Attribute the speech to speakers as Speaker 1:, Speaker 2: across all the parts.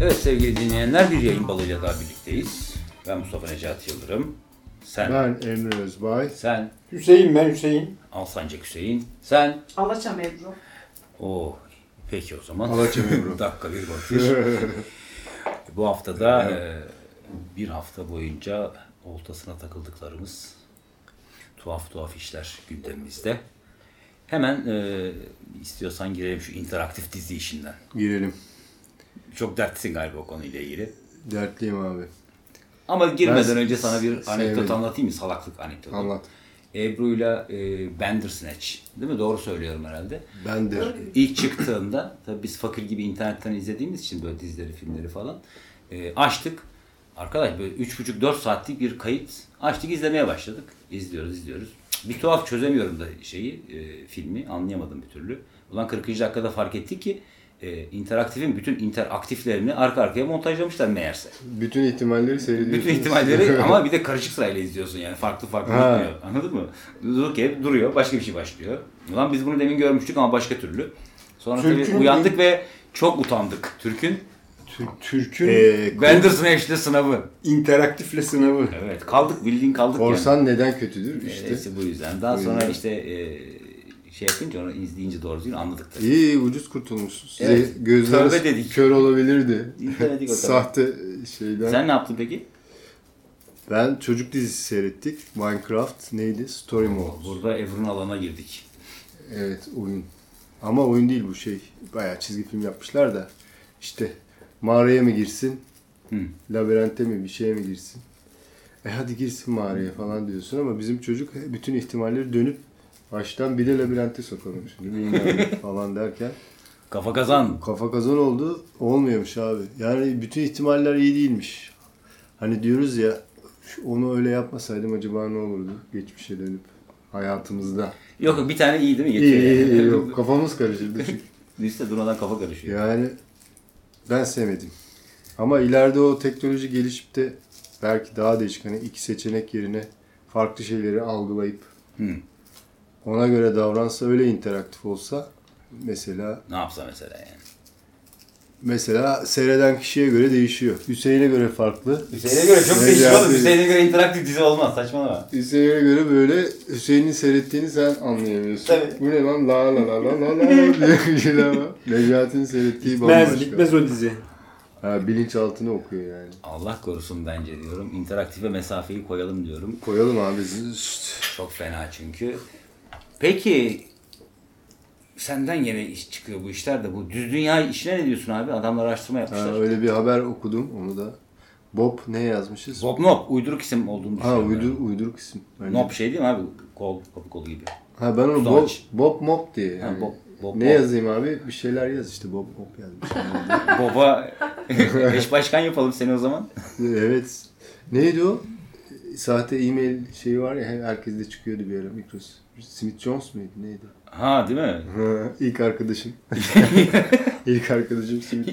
Speaker 1: Evet sevgili dinleyenler bir yayın balığıyla daha birlikteyiz. Ben Mustafa Necati Yıldırım. Sen,
Speaker 2: Ben Emre Özbay.
Speaker 1: sen
Speaker 3: Hüseyin ben Hüseyin.
Speaker 1: Alsancak Hüseyin. Sen
Speaker 4: Alaçam Ebru.
Speaker 1: Oo, peki o zaman.
Speaker 2: Alaçam Ebru.
Speaker 1: Dakika bir bakış. Bu haftada e, bir hafta boyunca oltasına takıldıklarımız tuhaf tuhaf işler gündemimizde. Hemen e, istiyorsan girelim şu interaktif dizi işinden.
Speaker 2: Girelim.
Speaker 1: Çok dertlisin galiba o konuyla ilgili.
Speaker 2: Dertliyim abi.
Speaker 1: Ama girmeden
Speaker 2: Ben
Speaker 1: önce sana bir
Speaker 2: sevmedim.
Speaker 1: anekdot anlatayım mı? Salaklık anekdotu.
Speaker 2: Anlat.
Speaker 1: Ebru'yla e, Bandersnatch. Değil mi? Doğru söylüyorum herhalde.
Speaker 2: Ben de.
Speaker 1: İlk çıktığında tabii biz fakir gibi internetten izlediğimiz için böyle dizileri, filmleri falan e, açtık. Arkadaş böyle 3,5-4 saatlik bir kayıt açtık izlemeye başladık. İzliyoruz, izliyoruz. Cık, Bir tuhaf çözemiyorum da şeyi, e, filmi anlayamadım bir türlü. Ulan 40. dakikada fark ettik ki e, interaktifin bütün interaktiflerini arka arkaya montajlamışlar meğerse.
Speaker 2: Bütün ihtimalleri seyrediyorsunuz.
Speaker 1: Bütün ihtimalleri ama bir de karışık sırayla izliyorsun yani. Farklı farklı
Speaker 2: Ha.
Speaker 1: gitmiyor. Anladın mı? Durduk hep duruyor. Başka bir şey başlıyor. Ulan biz bunu demin görmüştük ama başka türlü. Sonra tabii
Speaker 3: Türk'ün-
Speaker 1: uyandık ve çok utandık. Türk'ün
Speaker 3: Türk'ün
Speaker 2: Ee,
Speaker 1: Benderson eşli sınavı.
Speaker 3: interaktifle sınavı.
Speaker 1: Evet. Kaldık bildiğin kaldık yani.
Speaker 2: korsan neden kötüdür?
Speaker 1: İşte.
Speaker 2: İşte.
Speaker 1: bu yüzden. Daha
Speaker 2: Bu
Speaker 1: sonra
Speaker 2: yüzden.
Speaker 1: işte e, şey yapınca onu izleyince doğru düzgün anladık tabii.
Speaker 2: İyi iyi, ucuz kurtulmuşsunuz.
Speaker 1: Evet.
Speaker 2: Ze- Gözler
Speaker 1: Tövbe dedik.
Speaker 2: kör olabilirdi.
Speaker 1: İzlemedik o kadar.
Speaker 2: Sahte şeyden.
Speaker 1: Sen ne yaptın peki?
Speaker 2: Ben çocuk dizisi seyrettik. Minecraft neydi? Story Mode.
Speaker 1: Burada Ebru'nun alana girdik.
Speaker 2: Evet oyun. Ama oyun değil bu şey. Bayağı çizgi film yapmışlar da. İşte mağaraya mı girsin?
Speaker 1: Hı.
Speaker 2: Labirente mi bir şeye mi girsin? E hadi girsin mağaraya falan diyorsun ama bizim çocuk bütün ihtimalleri dönüp baştan bir de labirente sokalım şimdi bilmem falan derken
Speaker 1: Kafa kazan.
Speaker 2: kafa kazan oldu olmuyormuş abi. Yani bütün ihtimaller iyi değilmiş. Hani diyoruz ya "Şu- onu öyle yapmasaydım acaba ne olurdu geçmişe dönüp hayatımızda.
Speaker 1: Yok bir tane iyi değil mi?
Speaker 2: İyi
Speaker 1: Yetiyor
Speaker 2: iyi
Speaker 1: yani.
Speaker 2: iyi yok kafamız karışırdı çünkü.
Speaker 1: Liste durmadan kafa karışıyor.
Speaker 2: Yani ben sevmedim. Ama ileride o teknoloji gelişip de belki daha değişik hani iki seçenek yerine farklı şeyleri algılayıp
Speaker 1: Hı.
Speaker 2: ona göre davransa öyle interaktif olsa mesela
Speaker 1: Ne yapsa mesela yani.
Speaker 2: mesela seyreden kişiye göre değişiyor. Hüseyin'e göre farklı.
Speaker 1: Hüseyin'e göre çok
Speaker 2: Evet,
Speaker 1: değişik
Speaker 2: yani.
Speaker 1: oğlum. Hüseyin'e göre interaktif dizi olmaz. Saçmalama.
Speaker 2: Hüseyin'e göre böyle Hüseyin'in seyrettiğini sen anlayamıyorsun.
Speaker 3: Tabii.
Speaker 2: Bu ne lan la la la la la la diye bir şeyler var. Necati'nin seyrettiği
Speaker 3: Bitmez,
Speaker 2: bambaşka.
Speaker 3: bitmez o dizi.
Speaker 2: Ha, bilinçaltını okuyor yani.
Speaker 1: Allah korusun bence diyorum. İnteraktife mesafeyi koyalım diyorum.
Speaker 2: Koyalım abi. Zzt.
Speaker 1: Çok fena çünkü. Peki senden yine iş çıkıyor bu işler de bu. Düz dünya işine ne diyorsun abi? Adamlar araştırma
Speaker 2: Ha,
Speaker 1: yapmışlar.
Speaker 2: öyle bir haber okudum onu da. Bob ne yazmışız?
Speaker 1: Bob Nop uyduruk isim olduğunu
Speaker 2: Ha
Speaker 1: düşünüyorum.
Speaker 2: uydur, uyduruk isim. bence.
Speaker 1: Nop şey değil mi abi? Kol, kapı kolu gibi.
Speaker 2: Ha ben onu Bob,
Speaker 1: Sonuç.
Speaker 2: Bob Mop diye. Yani.
Speaker 1: Bob- Bob
Speaker 2: ne
Speaker 1: Mop.
Speaker 2: yazayım abi? Bir şeyler yaz işte Bob Mop yazmış.
Speaker 1: Bob'a eş başkan yapalım seni o zaman.
Speaker 2: evet. Neydi o? Sahte e-mail şeyi var ya herkes de çıkıyordu bir ara Mikros. Smith Jones muydu neydi?
Speaker 1: Ha değil mi?
Speaker 2: Ha, İlk arkadaşım. İlk arkadaşım Smith.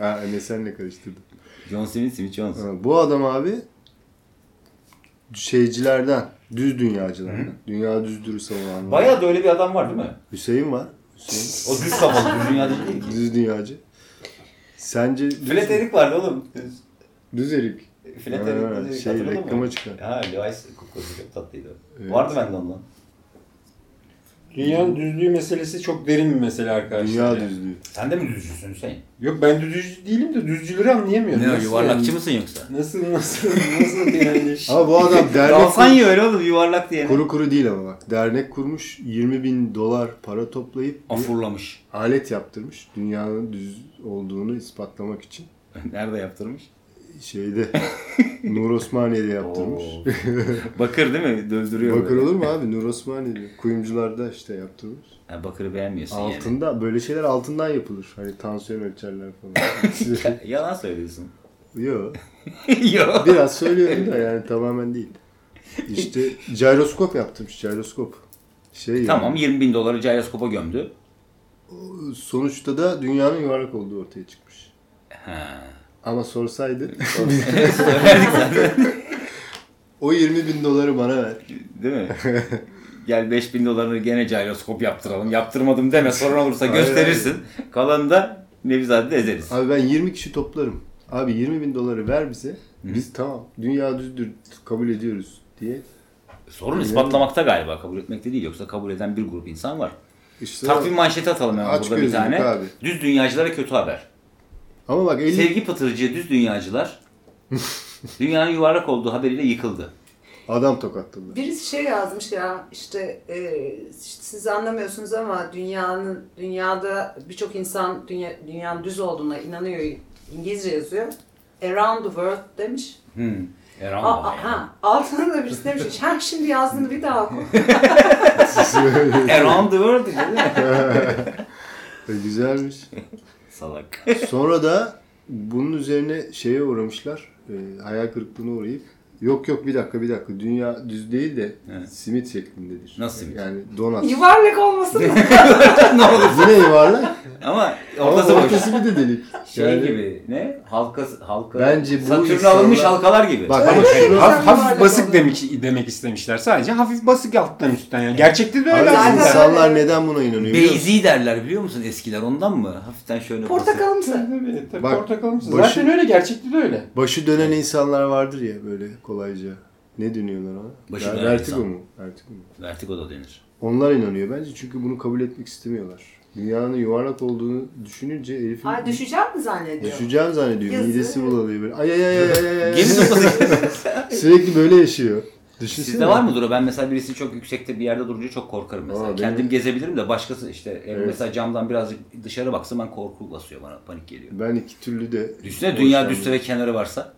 Speaker 2: ha ne senle karıştırdım.
Speaker 1: John Smith, Smith Jones.
Speaker 2: Ha, Ee, Bu adam abi şeycilerden, düz dünyacılardan. Dünya düzdürü savunanlar.
Speaker 1: Bayağı da öyle bir adam var değil mi?
Speaker 2: Hüseyin var. Hüseyin.
Speaker 1: O düz kafalı, düz dünya değil ki.
Speaker 2: Düz dünyacı. Sence düz,
Speaker 1: Flat Eric vardı oğlum.
Speaker 2: düz erik.
Speaker 1: Flat
Speaker 2: Ha,
Speaker 1: Eric dedi.
Speaker 2: şey,
Speaker 1: Hatırladın mı?
Speaker 2: reklama çıkan.
Speaker 1: Ha, Levi's kukkusu çok tatlıydı. o.
Speaker 2: Evet.
Speaker 1: Vardı bende ondan.
Speaker 3: Dünyanın düzlüğü meselesi çok derin bir mesele arkadaşlar.
Speaker 2: Dünya
Speaker 3: Yani.
Speaker 2: düzlüğü.
Speaker 1: Sen de mi düzcüsün Hüseyin?
Speaker 3: Yok ben düzcü değilim de düzcüleri anlayamıyorum. Nasıl yani?
Speaker 1: mısın yoksa?
Speaker 3: Nasıl nasıl nasıl yani?
Speaker 2: Ama bu adam dernek
Speaker 1: Dalsan ya öyle oğlum yuvarlak diye.
Speaker 2: kuru kuru değil ama bak. Dernek kurmuş 20 bin dolar para toplayıp bir
Speaker 1: Afurlamış.
Speaker 2: alet yaptırmış. Dünyanın düz olduğunu ispatlamak için.
Speaker 1: Nerede yaptırmış?
Speaker 2: Şeyde Nur Osmaniye'de yaptırmış.
Speaker 1: Oo. Bakır değil mi? Dövdürüyor
Speaker 2: Bakır
Speaker 1: böyle.
Speaker 2: olur mu abi? Nur Osmaniye'de. Kuyumcularda işte yaptırmış.
Speaker 1: Ha, bakırı beğenmiyorsun yani.
Speaker 2: Altında böyle şeyler altından yapılır. Hani tansiyon ölçerler falan.
Speaker 1: Yalan söylüyorsun.
Speaker 2: Yok.
Speaker 1: Yok.
Speaker 2: Biraz söylüyorum da yani tamamen değil. İşte gyroskop yaptırmış gyroskop. Şey
Speaker 1: Tamam 20 bin doları gyroskopa gömdü.
Speaker 2: yani, sonuçta da dünyanın yuvarlak olduğu ortaya çıkmış.
Speaker 1: Ha.
Speaker 2: Ama sorsaydı o 20 bin doları bana ver.
Speaker 1: Değil mi? Gel 5000 dolarını gene gyroskop yaptıralım. Yaptırmadım deme sorun olursa
Speaker 2: Hayır,
Speaker 1: gösterirsin. Kalanı da Nevizade de ezeriz.
Speaker 2: Abi ben 20 kişi toplarım. Abi 20 bin doları ver bize. Biz tamam dünya düzdür kabul ediyoruz diye.
Speaker 1: Sorun ispatlamakta galiba kabul etmekte değil. Yoksa kabul eden bir grup insan var.
Speaker 2: İşte
Speaker 1: Takvim manşeti atalım hemen
Speaker 2: Aç
Speaker 1: burada bir
Speaker 2: gözlülük
Speaker 1: tane.
Speaker 2: abi.
Speaker 1: Düz dünyacılara kötü haber.
Speaker 2: ama bak 50
Speaker 1: Sevgi pıtırcı düz dünyacılar dünyanın yuvarlak olduğu haberiyle yıkıldı.
Speaker 2: adam tokatladı.
Speaker 4: Birisi şey yazmış ya işte, e, işte siz anlamıyorsunuz ama dünyanın dünyada birçok insan dünya, dünyanın düz olduğuna inanıyor. İngilizce yazıyor. Around the world demiş.
Speaker 1: Hmm. Erhan
Speaker 4: Aa,
Speaker 1: Baba
Speaker 4: aa,
Speaker 1: ya.
Speaker 4: ha, altına da birisi demiş. Ha şimdi yazdığını bir daha oku.
Speaker 1: Around the world diyor değil mi?
Speaker 2: E, Güzelmiş.
Speaker 1: Salak.
Speaker 2: Sonra da bunun üzerine şeye uğramışlar. e, hayal kırıklığına uğrayıp yok yok bir dakika bir dakika dünya düz değil de
Speaker 1: Evet.
Speaker 2: simit şeklindedir.
Speaker 1: Nasıl simit?
Speaker 2: Yani donat.
Speaker 4: Yuvarlak olmasın mı?
Speaker 1: ne olur.
Speaker 2: Yine yuvarlak.
Speaker 1: Ama
Speaker 2: Ama
Speaker 1: ortası boş.
Speaker 2: ortası bir de delik.
Speaker 1: Şey
Speaker 2: Yani-
Speaker 1: gibi ne? Halka halka.
Speaker 2: Bence bu
Speaker 1: Satürn
Speaker 2: insanlar-
Speaker 1: alınmış halkalar Şey gibi.
Speaker 2: Bak ama
Speaker 4: Evet.
Speaker 2: şunu,
Speaker 4: Güzel
Speaker 3: Haf-
Speaker 4: bir
Speaker 3: hafif
Speaker 4: varlık
Speaker 3: basık
Speaker 4: oldu.
Speaker 3: demek, demek istemişler. Sadece hafif basık alttan üstten yani. Gerçekte de öyle
Speaker 2: Abi
Speaker 3: aslında.
Speaker 2: insanlar neden buna inanıyor? biliyor musun?
Speaker 1: Şey Beyzi derler biliyor musun eskiler ondan mı? Hafiften şöyle basıp-
Speaker 4: Portakalımsı.
Speaker 3: Tabii, tabii,
Speaker 2: Bak,
Speaker 3: portakalımsı.
Speaker 2: başı-
Speaker 3: Zaten öyle gerçekte de öyle.
Speaker 2: Başı dönen insanlar vardır ya böyle kolayca. Ne dönüyorlar ona?
Speaker 1: Başı
Speaker 2: Ver-
Speaker 1: dönen
Speaker 2: vertigo
Speaker 1: insan.
Speaker 2: mu? Vertigo mu?
Speaker 1: Vertigo da denir.
Speaker 2: Onlar inanıyor bence çünkü bunu kabul etmek istemiyorlar. Dünyanın yuvarlak olduğunu düşününce herifin
Speaker 4: Ay düşeceğim mi zannediyor?
Speaker 2: düşeceğini zannediyor.
Speaker 4: Yazık.
Speaker 2: Midesi bulanıyor böyle. Ay ay ay ay ay, ay.
Speaker 1: Geri noktası.
Speaker 2: Sürekli böyle yaşıyor. Düşünsene.
Speaker 1: Sizde var mıdır o? Ben mesela birisini çok yüksekte bir yerde durunca çok korkarım mesela.
Speaker 2: Aa,
Speaker 1: Kendim
Speaker 2: benim-
Speaker 1: gezebilirim de başkası işte ev
Speaker 2: Evet.
Speaker 1: mesela camdan birazcık dışarı baksam ben korku basıyor bana panik geliyor.
Speaker 2: Ben iki türlü de...
Speaker 1: Üstüne dünya
Speaker 2: hoşlanmıyorum.
Speaker 1: düzse ve kenarı varsa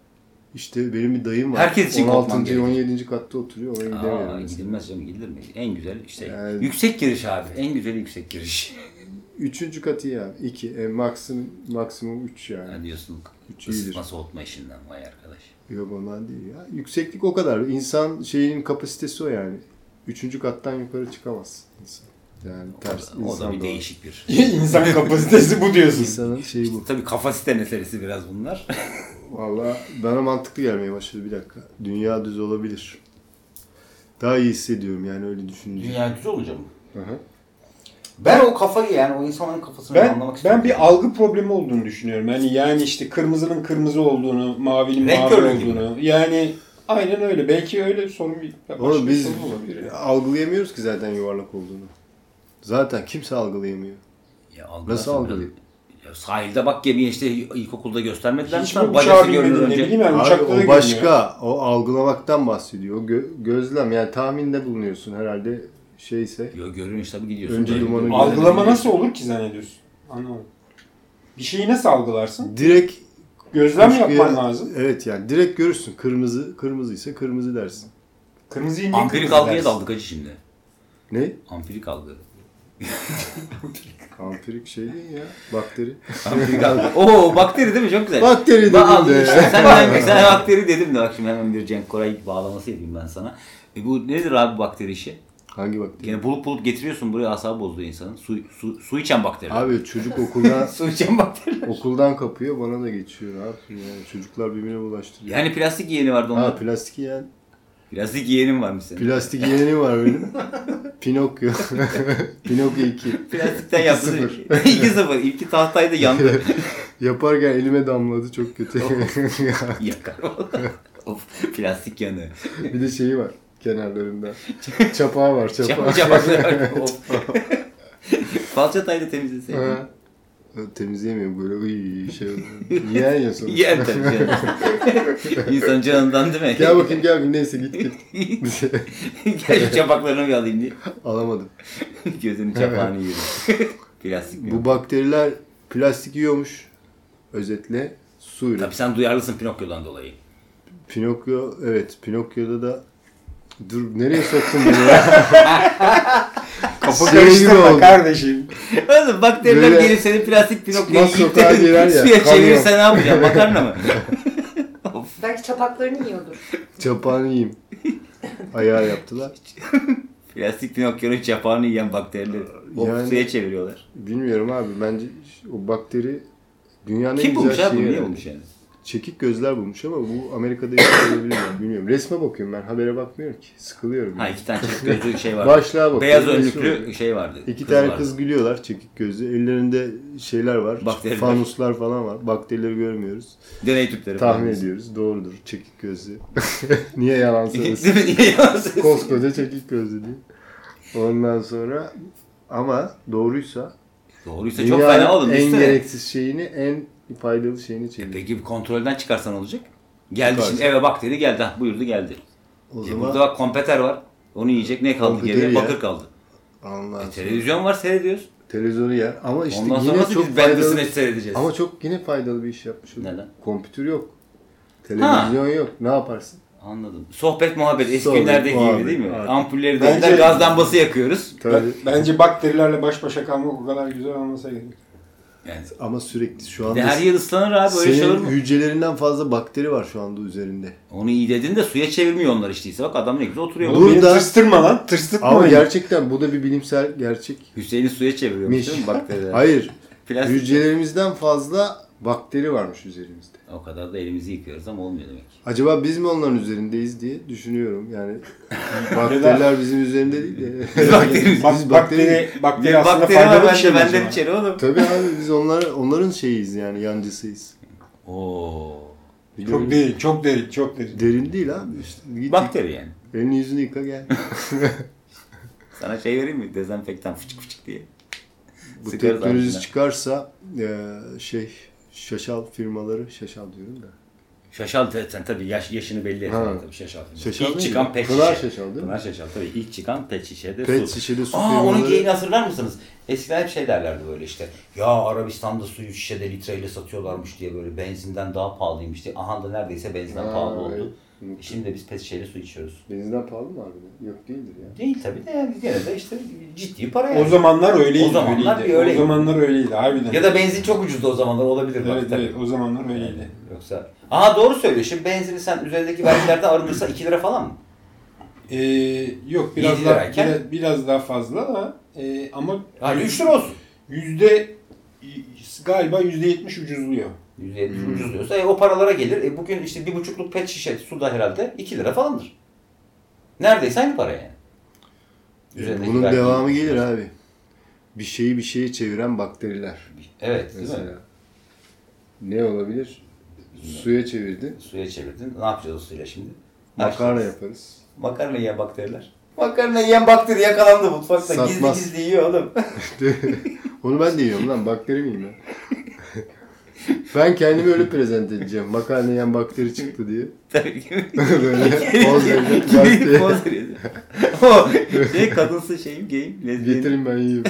Speaker 2: İşte benim bir dayım var.
Speaker 1: Herkes için korkman
Speaker 2: 16.
Speaker 1: gerekir.
Speaker 2: 17. katta oturuyor. Oraya gidemiyor.
Speaker 1: aa,
Speaker 2: mesela.
Speaker 1: gidilmez canım gidilir mi? En güzel işte
Speaker 2: Yani-
Speaker 1: yüksek giriş abi. En güzeli yüksek giriş.
Speaker 2: Üçüncü katı ya. İki. E, maksimum, maksimum üç yani.
Speaker 1: Yani diyorsun
Speaker 2: Üç iyidir.
Speaker 1: ısıtma soğutma işinden vay arkadaş.
Speaker 2: Yok ondan değil ya. Yükseklik o kadar. İnsan şeyinin kapasitesi o yani. Üçüncü kattan yukarı çıkamaz insan. Yani ters
Speaker 1: O da- O
Speaker 2: insan
Speaker 1: da bir
Speaker 2: doğası.
Speaker 1: değişik bir.
Speaker 3: İnsan kapasitesi bu diyorsun.
Speaker 2: İnsanın şeyi bu.
Speaker 1: Tabii kapasite meselesi biraz bunlar.
Speaker 2: Valla bana mantıklı gelmeye başladı bir dakika. Dünya düz olabilir. Daha iyi hissediyorum yani öyle düşününce.
Speaker 1: Dünya düz olunca mı?
Speaker 2: Hı hı.
Speaker 1: Ben o kafayı yani o insanların kafasını
Speaker 3: Ben
Speaker 1: anlamak istiyorum.
Speaker 3: ben bir algı problemi olduğunu düşünüyorum. Yani yani işte kırmızının kırmızı olduğunu, mavinin
Speaker 1: Renk
Speaker 3: mavi
Speaker 1: körlüğü gibi.
Speaker 3: olduğunu. Yani aynen öyle. Belki öyle bir sorun bir başka
Speaker 2: Oğlum
Speaker 3: bir
Speaker 2: biz
Speaker 3: sorun olabilir. yani.
Speaker 2: algılayamıyoruz ki zaten yuvarlak olduğunu. Zaten kimse algılayamıyor.
Speaker 1: Ya algılarsın
Speaker 2: Nasıl
Speaker 1: biraz.
Speaker 2: algılayayım?
Speaker 1: Ya Sahilde bak gemiye işte ilkokulda göstermediler mi
Speaker 3: Hiç
Speaker 1: sana?
Speaker 3: mi uçağa
Speaker 1: Bacası görünür
Speaker 3: binmedin ne
Speaker 1: önce.
Speaker 3: bileyim yani
Speaker 2: Abi,
Speaker 3: uçakta da
Speaker 2: o
Speaker 3: görünüyor.
Speaker 2: başka. O algılamaktan bahsediyor. O gö- gözlem yani tahminde bulunuyorsun herhalde şeyse.
Speaker 1: Yo görünüş tabii gidiyorsun.
Speaker 2: Önce
Speaker 1: Böyle.
Speaker 2: dumanı gö-
Speaker 3: Algılama nasıl olur ki zannediyorsun? Anlamadım. Bir şeyi nasıl algılarsın?
Speaker 2: Direkt
Speaker 3: Gözlem
Speaker 2: Hiçbir
Speaker 3: yapman
Speaker 2: yere-
Speaker 3: lazım.
Speaker 2: Evet yani direkt görürsün. Kırmızı kırmızıysa kırmızı dersin.
Speaker 3: Kırmızıyı niye
Speaker 1: Ampirik
Speaker 3: kırmızı
Speaker 1: algıya
Speaker 3: dersin?
Speaker 1: daldık acı şimdi.
Speaker 2: Ne?
Speaker 1: Ampirik algı.
Speaker 2: Ampirik şey değil ya. Bakteri.
Speaker 1: Ampirik algı. Oo bakteri değil mi? Çok güzel.
Speaker 2: Bakteri dedim
Speaker 1: Bak aldım
Speaker 2: de.
Speaker 1: işte. Sen, ben, sen bakteri dedim de bak şimdi hemen bir Cenk Koray bağlaması yapayım ben sana. E bu nedir abi bakteri işi?
Speaker 2: Hangi bakteri?
Speaker 1: Gene bulup bulup getiriyorsun buraya asabı bozuyor insanın. Su, su, su içen bakteri.
Speaker 2: Abi çocuk okuldan
Speaker 1: Su içen bakteri.
Speaker 2: okuldan kapıyor bana da geçiyor. Ne yapayım yani çocuklar birbirine bulaştırıyor.
Speaker 1: Yani plastik yeğeni vardı onda.
Speaker 2: Ha plastik yeğen.
Speaker 1: Plastik yeğenim var mı senin?
Speaker 2: Plastik yeğeni var benim. Pinokyo. Pinokyo 2.
Speaker 1: Plastikten yaptı. 2-0. İlki tahtaydı yandı.
Speaker 2: Yaparken elime damladı çok kötü.
Speaker 1: Yakar. of plastik yanı.
Speaker 2: bir de şeyi var kenarlarında. Çapağı var
Speaker 1: Çapa
Speaker 2: çapağı.
Speaker 1: çapa. Of. Falçatayla temizleseydin.
Speaker 2: Ha. Temizleyemiyorum böyle uy şey oluyor. Yiyen ya sonra.
Speaker 1: Yer tabii canım. İnsanın canından değil mi?
Speaker 2: Gel bakayım gel bakayım neyse git git.
Speaker 1: Gel şu çapaklarını bir alayım diye.
Speaker 2: Alamadım.
Speaker 1: Gözünün çapağını yiyor. plastik mi?
Speaker 2: Bu bakteriler plastik yiyormuş. Özetle suyla.
Speaker 1: Tabii sen duyarlısın Pinokyo'dan dolayı.
Speaker 2: Pinokyo evet Pinokyo'da da dur nereye soktun beni ya?
Speaker 3: Kafa
Speaker 2: Şey gibi oldu.
Speaker 3: karıştırma kardeşim.
Speaker 1: Oğlum bakteriler
Speaker 2: Böyle
Speaker 1: gelip senin plastik Pinokyo'yu
Speaker 2: çıkmaz sokağa girer ya,
Speaker 1: suya
Speaker 2: kanıyor.
Speaker 1: çevirirse ne yapacaksın? Makarna mı?
Speaker 4: Belki çapaklarını yiyordur.
Speaker 2: Çapağını yiyeyim. Ayağı yaptılar.
Speaker 1: Plastik Pinokyo'nun çapağını yiyen bakterileri of,
Speaker 2: Yani-
Speaker 1: suya çeviriyorlar.
Speaker 2: Bilmiyorum abi bence o bakteri dünyanın en
Speaker 1: Kim
Speaker 2: güzel
Speaker 1: bulmuş abi?
Speaker 2: şeyi.
Speaker 1: Niye
Speaker 2: herhalde.
Speaker 1: bulmuş yani?
Speaker 2: çekik gözler bulmuş ama bu Amerika'da yapılabilir mi bilmiyorum. Resme bakıyorum ben habere bakmıyorum ki. Sıkılıyorum.
Speaker 1: Ha
Speaker 2: yani.
Speaker 1: iki tane çift gözlü şey vardı.
Speaker 2: Başlığa bakıyorum.
Speaker 1: Beyaz
Speaker 2: resim
Speaker 1: önlüklü
Speaker 2: oluyor.
Speaker 1: şey vardı.
Speaker 2: İki tane
Speaker 1: vardı.
Speaker 2: kız gülüyorlar çekik gözlü. Ellerinde şeyler var.
Speaker 1: Bakteriler.
Speaker 2: Fanuslar falan var. Bakterileri görmüyoruz.
Speaker 1: Deney tüpleri falan.
Speaker 2: Tahmin ediyoruz. Doğrudur. Çekik gözlü. Niye yalan söylesin?
Speaker 1: Değil mi? Niye yalan söylüyorsun?
Speaker 2: Koskoca çekik gözlü diye. Ondan sonra ama doğruysa
Speaker 1: Doğruysa çok
Speaker 2: dünyanın
Speaker 1: fena oğlum.
Speaker 2: en
Speaker 1: düşünsene.
Speaker 2: gereksiz şeyini en faydalı şeyini
Speaker 1: E
Speaker 2: çeviriyor.
Speaker 1: Peki kontrolden çıkarsan ne olacak? Geldi
Speaker 2: Çıkarsa.
Speaker 1: şimdi eve bakteri geldi. Ha, buyurdu geldi.
Speaker 2: O
Speaker 1: E
Speaker 2: zaman
Speaker 1: Burada bak kompeter var. Onu yiyecek ne kaldı
Speaker 2: Kompüteri
Speaker 1: geriye?
Speaker 2: ya.
Speaker 1: Bakır kaldı.
Speaker 2: Allah
Speaker 1: E, televizyon var seyrediyoruz.
Speaker 2: televizyonu yer ama işte
Speaker 1: Ondan sonra
Speaker 2: yine
Speaker 1: nasıl
Speaker 2: çok
Speaker 1: biz
Speaker 2: faydalı
Speaker 1: Benders'ını seyredeceğiz?
Speaker 2: ama çok yine faydalı bir iş yapmış oluyor.
Speaker 1: Neden?
Speaker 2: Kompütür yok. Televizyon yok. Ne yaparsın?
Speaker 1: Anladım. Sohbet muhabbet eski
Speaker 2: Sohbet,
Speaker 1: günlerdeki gibi
Speaker 2: muhabbet,
Speaker 1: değil mi?
Speaker 2: evet.
Speaker 1: Ampulleri
Speaker 3: Bence-
Speaker 1: döndüler, gaz lambası yakıyoruz.
Speaker 2: Tabii.
Speaker 3: Bence bakterilerle baş başa kalmak o kadar güzel olmasa gerek.
Speaker 1: Yani
Speaker 2: Ama sürekli şu
Speaker 1: de
Speaker 2: anda
Speaker 1: her yer ıslanır abi öyle şey olur
Speaker 2: senin
Speaker 1: mu?
Speaker 2: hücrelerinden fazla bakteri var şu anda üzerinde.
Speaker 1: Onu iyi dedin de suya çevirmiyor onlar işteyse. Bak adam ne güzel oturuyor.
Speaker 2: Bu-
Speaker 1: Hüseyin'i
Speaker 3: Burada...
Speaker 2: Burada-
Speaker 3: tırstırma lan. Tırstırtma
Speaker 2: Ama
Speaker 3: beni.
Speaker 2: gerçekten bu da bir bilimsel gerçekmiş.
Speaker 1: Hüseyin'i suya çeviriyormuş değil mi bakteriler?
Speaker 2: Hayır.
Speaker 1: Plastik.
Speaker 2: Hücrelerimizden fazla bakteri varmış üzerimizde.
Speaker 1: O kadar da elimizi yıkıyoruz ama olmuyor demek.
Speaker 2: Acaba biz mi onların üzerindeyiz diye düşünüyorum. Yani bakteriler bizim üzerinde değil de.
Speaker 1: Biz bakteriyiz.
Speaker 3: Bak,
Speaker 2: Biz bakteri.
Speaker 3: bakteri, bakteri aslında faydalı bir şey mi acaba?
Speaker 1: içeri oğlum.
Speaker 2: Tabii abi biz onlar, onların şeyiyiz yani yancısıyız.
Speaker 1: Oo.
Speaker 2: Biliyorum.
Speaker 3: Çok derin, çok derin, çok derin.
Speaker 2: Derin değil abi. İşte git,
Speaker 1: Bakteri yani.
Speaker 2: git, Elini yüzünü yıka gel.
Speaker 1: Sana şey vereyim mi? Dezenfektan fıçık fıçık diye.
Speaker 2: Bu
Speaker 1: Sıkarız
Speaker 2: teknoloji
Speaker 1: ağzına.
Speaker 2: çıkarsa e, şey şaşal firmaları şaşal diyorum da.
Speaker 1: Şaşal de- sen tabii yaş, yaşını belli etme
Speaker 2: Ha.
Speaker 1: tabii şaşal.
Speaker 2: Şaşal
Speaker 1: ilk
Speaker 2: değil
Speaker 1: çıkan
Speaker 2: mi?
Speaker 1: pet
Speaker 2: Pınar
Speaker 1: şişe.
Speaker 2: şaşal değil mi?
Speaker 1: Pınar şaşal tabii ilk çıkan pet şişede
Speaker 2: Pet
Speaker 1: su.
Speaker 2: şişede su
Speaker 1: Aa onun
Speaker 2: firmaları-
Speaker 1: geyini hatırlar mısınız? Eskiden hep şey derlerdi böyle işte. Ya Arabistan'da suyu şişede litreyle satıyorlarmış diye böyle benzinden daha pahalıymış diye. Aha da neredeyse benzinden
Speaker 2: Ha,
Speaker 1: pahalı
Speaker 2: evet.
Speaker 1: oldu.
Speaker 2: Unuttum.
Speaker 1: Şimdi de biz pet şişeyle su içiyoruz.
Speaker 2: Benzinden pahalı mı abi? Yok değildir ya.
Speaker 1: Değil tabii de yani gene de işte ciddi para yani.
Speaker 3: O zamanlar öyleydi.
Speaker 1: O zamanlar
Speaker 3: öyleydi.
Speaker 1: bir öyleydi.
Speaker 3: O zamanlar öyleydi harbiden.
Speaker 1: Ya da benzin çok ucuzdu o zamanlar olabilir bak
Speaker 3: evet,
Speaker 1: tabii.
Speaker 3: evet, o zamanlar öyleydi.
Speaker 1: Yoksa... Aha doğru söylüyor. Şimdi benzini sen üzerindeki vergilerden arındırsa 2 lira falan mı?
Speaker 3: Ee, yok biraz
Speaker 1: Yedi
Speaker 3: daha
Speaker 1: lirayken-
Speaker 3: biraz, biraz daha fazla da e, ama
Speaker 1: Hadi 3 lira olsun.
Speaker 3: yüzde galiba yüzde yetmiş ucuzluyor.
Speaker 1: %70 ucuz diyorsa e, o paralara gelir. E, bugün işte bir buçukluk pet şişe su da herhalde 2 lira falandır. Neredeyse aynı para yani. Üzerindeki şey.
Speaker 2: Bunun
Speaker 1: vergi-
Speaker 2: devamı gelir abi. Bir şeyi bir şeye çeviren bakteriler.
Speaker 1: Evet değil mi?
Speaker 2: Mesela. Ne olabilir? Suya çevirdin.
Speaker 1: Suya çevirdin. Ne yapacağız o suyla şimdi?
Speaker 2: Makarna
Speaker 1: Açtınız.
Speaker 2: yaparız.
Speaker 1: Makarna yiyen bakteriler. Makarna yiyen bakteri yakalandı mutfakta.
Speaker 2: Satmaz.
Speaker 1: Gizli gizli yiyor oğlum.
Speaker 2: Onu ben de yiyorum lan. Bakteri miyim ben? ben kendimi öyle prezent edeceğim. Makarna yiyen bakteri çıktı diye.
Speaker 1: Tabii ki.
Speaker 2: Böyle poz vereceğim.
Speaker 1: Geyik
Speaker 2: Bakteri.
Speaker 1: poz veriyor. O şey kadınsı şeyim geyim lezzetli.
Speaker 2: Getirin ben yiyeyim.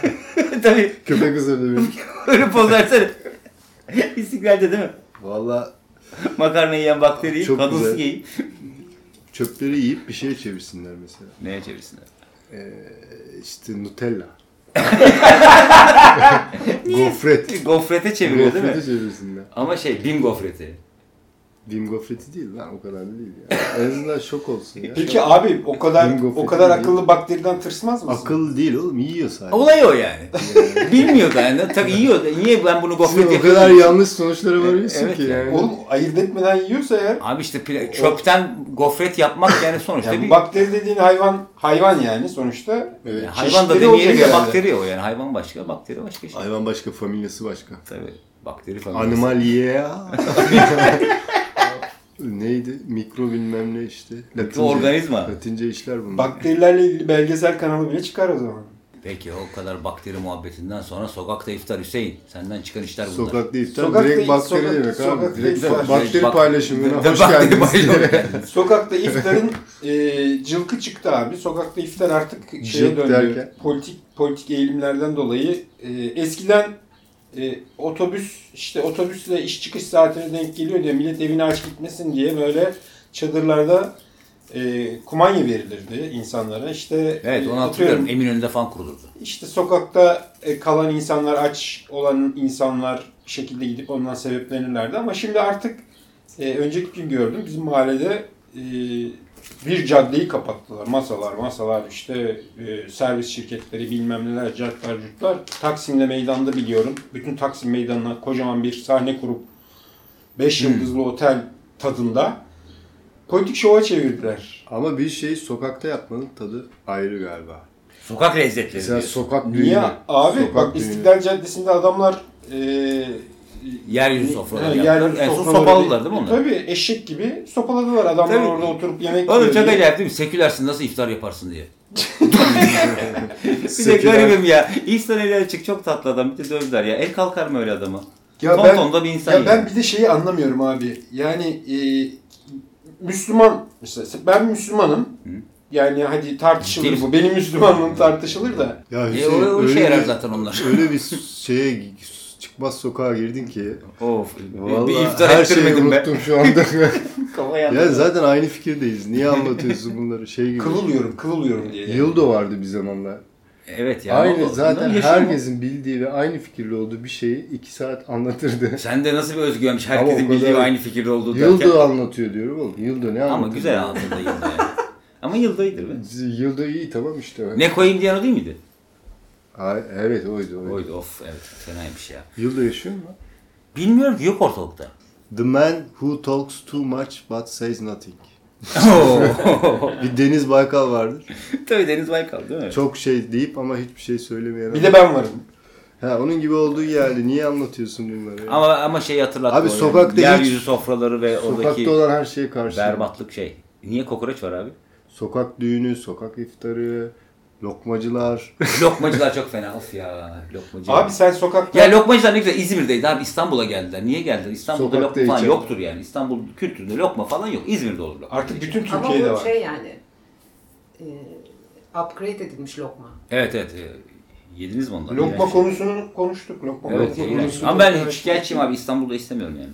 Speaker 1: Tabii
Speaker 2: Köpek ısırdı beni.
Speaker 1: öyle poz versene. İstiklal'de değil mi?
Speaker 2: Valla
Speaker 1: Makarna yiyen bakteriyi
Speaker 2: Çok
Speaker 1: kadınsı
Speaker 2: güzel.
Speaker 1: geyim.
Speaker 2: çöpleri yiyip bir şeye çevirsinler mesela.
Speaker 1: Neye çevirsinler?
Speaker 2: İşte Nutella. gofret.
Speaker 1: Gofrete çeviriyor değil mi?
Speaker 2: Gofreti çevirsinler.
Speaker 1: Ama şey bim gofreti.
Speaker 2: Bim gofreti değil lan o kadar da değil ya. En azından şok olsun ya.
Speaker 3: Peki abi o kadar
Speaker 2: Bingo
Speaker 3: o kadar
Speaker 2: fethedildi.
Speaker 3: akıllı bakteriden tırsmaz mısın?
Speaker 2: Akıl değil oğlum yiyor sadece.
Speaker 1: Olay o yani. Bilmiyor da yani. Tabii yiyor da. Niye ben bunu
Speaker 2: Sen
Speaker 1: gofret
Speaker 2: o kadar
Speaker 1: yapıyorum?
Speaker 2: yanlış sonuçlara varıyorsun
Speaker 1: Evet
Speaker 2: ki
Speaker 1: yani.
Speaker 2: yani.
Speaker 3: Oğlum ayırt etmeden yiyorsa eğer
Speaker 1: Abi işte pla- çöpten gofret yapmak yani sonuçta
Speaker 3: yani
Speaker 1: bir...
Speaker 3: bakteri dediğin hayvan hayvan yani sonuçta.
Speaker 2: Evet.
Speaker 1: Yani hayvan da
Speaker 3: çeşitleri
Speaker 1: demeyelim
Speaker 3: olacak
Speaker 1: de
Speaker 3: herhalde.
Speaker 1: bakteri o yani. Hayvan başka, bakteri başka şey.
Speaker 2: Hayvan başka, familyası başka.
Speaker 1: Tabii. Bakteri falan.
Speaker 2: Animal ya. Neydi? Mikro bilmem ne işte.
Speaker 1: Mikroorganizma.
Speaker 2: Latince işler bunlar.
Speaker 3: Bakterilerle ilgili belgesel kanalı bile çıkar o zaman.
Speaker 1: Peki o kadar bakteri muhabbetinden sonra sokakta iftar Hüseyin. Senden çıkan işler bunlar.
Speaker 2: Sokak değil. Tabii
Speaker 3: Sokak
Speaker 2: direkt
Speaker 3: değil,
Speaker 2: bakteri
Speaker 3: sokak-
Speaker 2: demek
Speaker 3: sokak
Speaker 2: abi. Direkt
Speaker 3: değil,
Speaker 2: bak-
Speaker 3: sokak.
Speaker 2: bakteri
Speaker 1: Bak-
Speaker 2: paylaşımına
Speaker 1: de-
Speaker 2: hoş
Speaker 1: bakteri
Speaker 2: geldiniz.
Speaker 1: paylaşımına hoş geldiniz.
Speaker 3: Sokakta iftarın e, cılkı çıktı abi. Sokakta iftar artık şeye
Speaker 2: Cılk
Speaker 3: döndü.
Speaker 2: derken?
Speaker 3: Politik politik eğilimlerden dolayı e, eskiden e, otobüs işte otobüsle iş çıkış saatine denk geliyor diye millet evine aç gitmesin diye böyle çadırlarda e, kumanya verilirdi insanlara. İşte
Speaker 1: Evet
Speaker 3: e,
Speaker 1: onu
Speaker 3: atıyorum,
Speaker 1: hatırlıyorum. Eminönü'nde fan kurulurdu.
Speaker 3: İşte sokakta e, kalan insanlar, aç olan insanlar bir şekilde gidip ondan sebeplenirlerdi. Ama şimdi artık e, önceki gün gördüm bizim mahallede e, bir caddeyi kapattılar. Masalar, masalar işte e, servis şirketleri bilmem neler, caddeler, cütler. Taksim'de meydanda biliyorum. Bütün Taksim meydanına kocaman bir sahne kurup Beş yıldızlı otel tadında politik şova çevirdiler.
Speaker 2: Ama bir şey sokakta yapmanın tadı ayrı galiba.
Speaker 1: Sokak lezzetleri.
Speaker 2: Mesela
Speaker 1: diyorsun.
Speaker 2: sokak düğünü.
Speaker 3: Niye? Abi
Speaker 2: sokak
Speaker 3: bak
Speaker 2: düğünü.
Speaker 3: İstiklal Caddesi'nde adamlar eee
Speaker 1: Yeryüzü sofraları
Speaker 3: Ha,
Speaker 1: yaptılar.
Speaker 3: yeryüzü
Speaker 1: En son
Speaker 3: sofraları
Speaker 1: sopalılar değil mi onlar?
Speaker 3: Tabii eşek gibi sopaladılar adamlar
Speaker 1: Tabii.
Speaker 3: orada oturup yemek
Speaker 1: Oğlum
Speaker 3: yiyor
Speaker 1: çok
Speaker 3: diye.
Speaker 1: acayip değil mi? Sekülersin nasıl iftar yaparsın diye. bir de
Speaker 2: Seküler.
Speaker 1: garibim ya. İhsan Eli Açık çok tatlı adam. Bir de dövdüler ya. El kalkar mı öyle adama?
Speaker 3: Ya
Speaker 1: Ton
Speaker 3: ben-
Speaker 1: tonda bir insan
Speaker 3: Ya ben
Speaker 1: yani.
Speaker 3: bir de şeyi anlamıyorum abi. Yani e, Müslüman mesela ben Müslümanım. Yani hadi tartışılır
Speaker 1: Ciddi
Speaker 3: bu. Benim Müslümanlığım tartışılır da.
Speaker 2: Ya
Speaker 1: E, o, o işe
Speaker 2: öyle
Speaker 1: yarar
Speaker 2: bir-
Speaker 1: zaten onlar.
Speaker 2: Öyle bir şeye çıkmaz sokağa girdin ki.
Speaker 1: of. bir- bir
Speaker 2: Vallahi
Speaker 1: iftar
Speaker 2: her şeyi
Speaker 1: ettirmedim be.
Speaker 2: unuttum şu anda.
Speaker 1: Kafa
Speaker 2: ya
Speaker 1: yandı.
Speaker 2: zaten aynı fikirdeyiz. Niye anlatıyorsun bunları? Şey gibi.
Speaker 3: Kıvılıyorum, kıvılıyorum diye.
Speaker 2: Yıldo vardı bir zamanlar.
Speaker 1: Evet ya.
Speaker 2: aynı
Speaker 1: o-
Speaker 2: zaten
Speaker 1: onların yaşamı-
Speaker 2: herkesin bildiği ve aynı fikirli olduğu bir şeyi iki saat anlatırdı.
Speaker 1: Sende nasıl bir özgüvenmiş
Speaker 2: Ama
Speaker 1: herkesin
Speaker 2: o kadar-
Speaker 1: bildiği ve aynı fikirde olduğu derken.
Speaker 2: Yıldo anlatıyor diyorum oğlum. Yıldo ne anlatıyor?
Speaker 1: Ama güzel anlatıldı Yıldo yani. Ama Yıldo iyidir be.
Speaker 2: Yıldo iyi tamam işte.
Speaker 1: Ne koyayım diyen o değil miydi?
Speaker 2: Ay, evet oydu oydu.
Speaker 1: Oydu of evet fenaymış ya.
Speaker 2: Yıldo yaşıyor mu?
Speaker 1: Bilmiyorum ki yok ortalıkta.
Speaker 2: The man who talks too much but says nothing. Bir Deniz Baykal vardır.
Speaker 1: Tabii Deniz Baykal değil mi?
Speaker 2: Çok şey deyip ama hiçbir şey söylemeyen.
Speaker 3: Bir de ben varım.
Speaker 2: Ha, onun gibi olduğu yani. Niye anlatıyorsun bunları?
Speaker 1: Ama ama şey hatırlattı.
Speaker 2: Abi
Speaker 1: o yani.
Speaker 2: sokakta hiç-
Speaker 1: Yeryüzü sofraları ve
Speaker 2: Sokakta
Speaker 1: oradaki
Speaker 2: olan her şeye karşı.
Speaker 1: berbatlık şey. Niye kokoreç var abi?
Speaker 2: Sokak düğünü, sokak iftarı, lokmacılar.
Speaker 1: Lokmacılar çok fena. Of ya lokmacı.
Speaker 3: Abi sen sokakta
Speaker 1: ya lokmacılar ne güzel İzmir'deydi abi İstanbul'a geldiler. Niye geldiler? İstanbul'da
Speaker 2: Sokakta
Speaker 1: lokma falan
Speaker 2: yiyecek.
Speaker 1: yoktur yani. İstanbul kültüründe lokma falan yok. İzmir'de olur lokma.
Speaker 3: artık bütün
Speaker 4: Ama
Speaker 3: Türkiye'de
Speaker 4: bu
Speaker 3: var.
Speaker 4: şey yani e, upgrade edilmiş lokma.
Speaker 1: Evet evet. e, Yediniz mi onları?
Speaker 3: Lokma
Speaker 1: İğrenç.
Speaker 3: konusunu konuştuk. Lokma,
Speaker 1: şey- Evet,
Speaker 3: lokma
Speaker 1: iğrenç.
Speaker 3: konusunu-
Speaker 1: Ama ben şikayetçiyim abi İstanbul'da istemiyorum yani.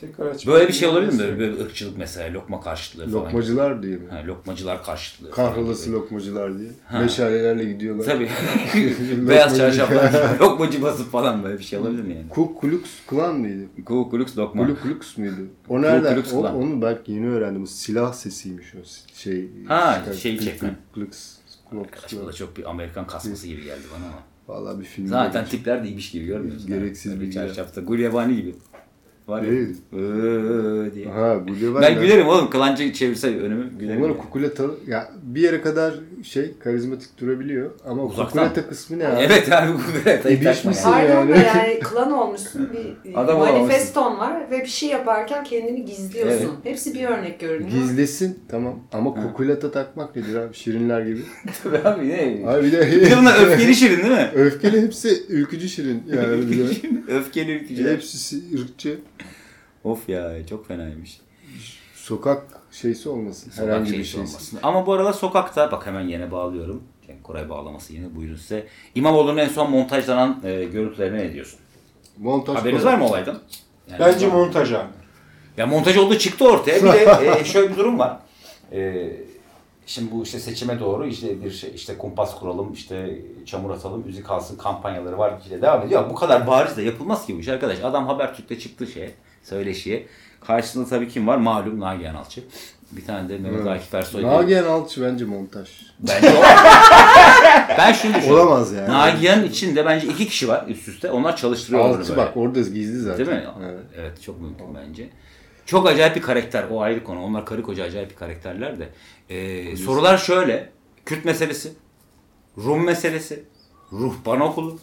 Speaker 3: Tekrar aç-
Speaker 1: Böyle bir şey olabilir mi? Böyle, böyle ırkçılık mesela lokma karşıtlığı falan.
Speaker 2: lokmacılar diye mi?
Speaker 1: Ha, lokmacılar karşıtlığı. falan
Speaker 2: Kahrolası
Speaker 1: gibi.
Speaker 2: lokmacılar diye. Meşalelerle gidiyorlar.
Speaker 1: Tabii.
Speaker 2: Lokmacı-
Speaker 1: Beyaz çarşaflar, lokmacı basıp falan böyle bir şey olabilir mi yani?
Speaker 2: Ku Klux Klan mıydı?
Speaker 1: Ku Klux Lokma.
Speaker 2: Ku Klux muydu? O nereden?
Speaker 1: Klux
Speaker 2: o,
Speaker 1: Klan.
Speaker 2: onu ben yeni öğrendim. Silah sesiymiş o şey.
Speaker 1: Ha,
Speaker 2: çıkan-
Speaker 1: şeyi
Speaker 2: Ku
Speaker 1: çekme.
Speaker 2: Klux Klux
Speaker 1: Arkadaş bu
Speaker 2: Klan.
Speaker 1: da çok bir Amerikan kasması gibi geldi bana ama.
Speaker 2: Valla bir film.
Speaker 1: Zaten tipler de iyiymiş gibi görmüyorsun.
Speaker 2: Gereksiz
Speaker 1: bir
Speaker 2: bilgiler.
Speaker 1: Çarşafta gulyabani gibi. Var ya.
Speaker 2: Değil.
Speaker 1: "Iıı" diye.
Speaker 2: Ha Gulliver.
Speaker 1: Ben gülerim oğlum. Kılancı çevirse önümü gülerim.
Speaker 2: Umarım
Speaker 1: yani.
Speaker 2: kukuleta ya bir yere kadar şey karizmatik durabiliyor ama
Speaker 1: Uzaktan.
Speaker 2: kukuleta kısmı ne abi?
Speaker 1: Evet abi kukuletayı
Speaker 2: İbiş
Speaker 1: takma
Speaker 2: misin?
Speaker 1: yani.
Speaker 4: Pardon da
Speaker 2: Şey yani.
Speaker 4: yani klan olmuşsun bir
Speaker 1: Adam
Speaker 4: Adam
Speaker 1: olamamışsın.
Speaker 4: manifeston var ve bir şey yaparken kendini gizliyorsun.
Speaker 1: Evet.
Speaker 4: Hepsi bir örnek görünüyor.
Speaker 2: Gizlesin tamam ama kukuleta takmak nedir abi şirinler gibi.
Speaker 1: Tabii abi ne?
Speaker 2: Abi bir
Speaker 1: Bir de bunlar
Speaker 2: de
Speaker 1: öfkeli şirin değil mi?
Speaker 2: öfkeli hepsi ülkücü şirin yani bir de.
Speaker 1: öfkeli ülkücüler.
Speaker 2: Hepsi ırkçı.
Speaker 1: Of ya çok fenaymış.
Speaker 2: Sokak şeysi olmasın
Speaker 1: Sokak
Speaker 2: herhangi bir
Speaker 1: şeysi
Speaker 2: şeysi.
Speaker 1: olmasın. Ama bu arada sokakta bak hemen yine bağlıyorum. Yani Koray bağlaması yine buyurun size. İmamoğlu'nun en son montajlanan e, görüntülerine ne diyorsun?
Speaker 2: Montaj
Speaker 1: Haberiniz
Speaker 2: falan.
Speaker 1: var mı olaydan? Yani
Speaker 3: Bence
Speaker 1: var.
Speaker 3: montaj abi.
Speaker 1: Ya montaj olduğu çıktı ortaya. Bir de e, şöyle bir durum var. E, şimdi bu işte seçime doğru işte bir şey işte kumpas kuralım işte çamur atalım müzik kalsın kampanyaları var işte devam ediyor. Ya Bu kadar bariz de yapılmaz ki bu iş arkadaş. Adam Habertürk'te çıktı şey söyleşiye. Karşısında tabii kim var? Malum Nagihan Alçı. Bir tane de Mehmet Akif Ersoy. diye-
Speaker 2: Nagihan Alçı bence montaj.
Speaker 1: Bence o. ben şunu düşünüyorum.
Speaker 2: Olamaz yani.
Speaker 1: Nagihan'ın içinde bence iki kişi var üst üste. Onlar çalıştırıyorlar
Speaker 2: Alçı
Speaker 1: böyle.
Speaker 2: bak orada gizli zaten.
Speaker 1: Değil mi?
Speaker 2: Evet.
Speaker 1: Evet. çok mümkün bence. Çok acayip bir karakter. O ayrı konu. Onlar karı koca acayip bir karakterler de. Ee, sorular şöyle. Kürt meselesi. Rum meselesi. Ruhban okulu.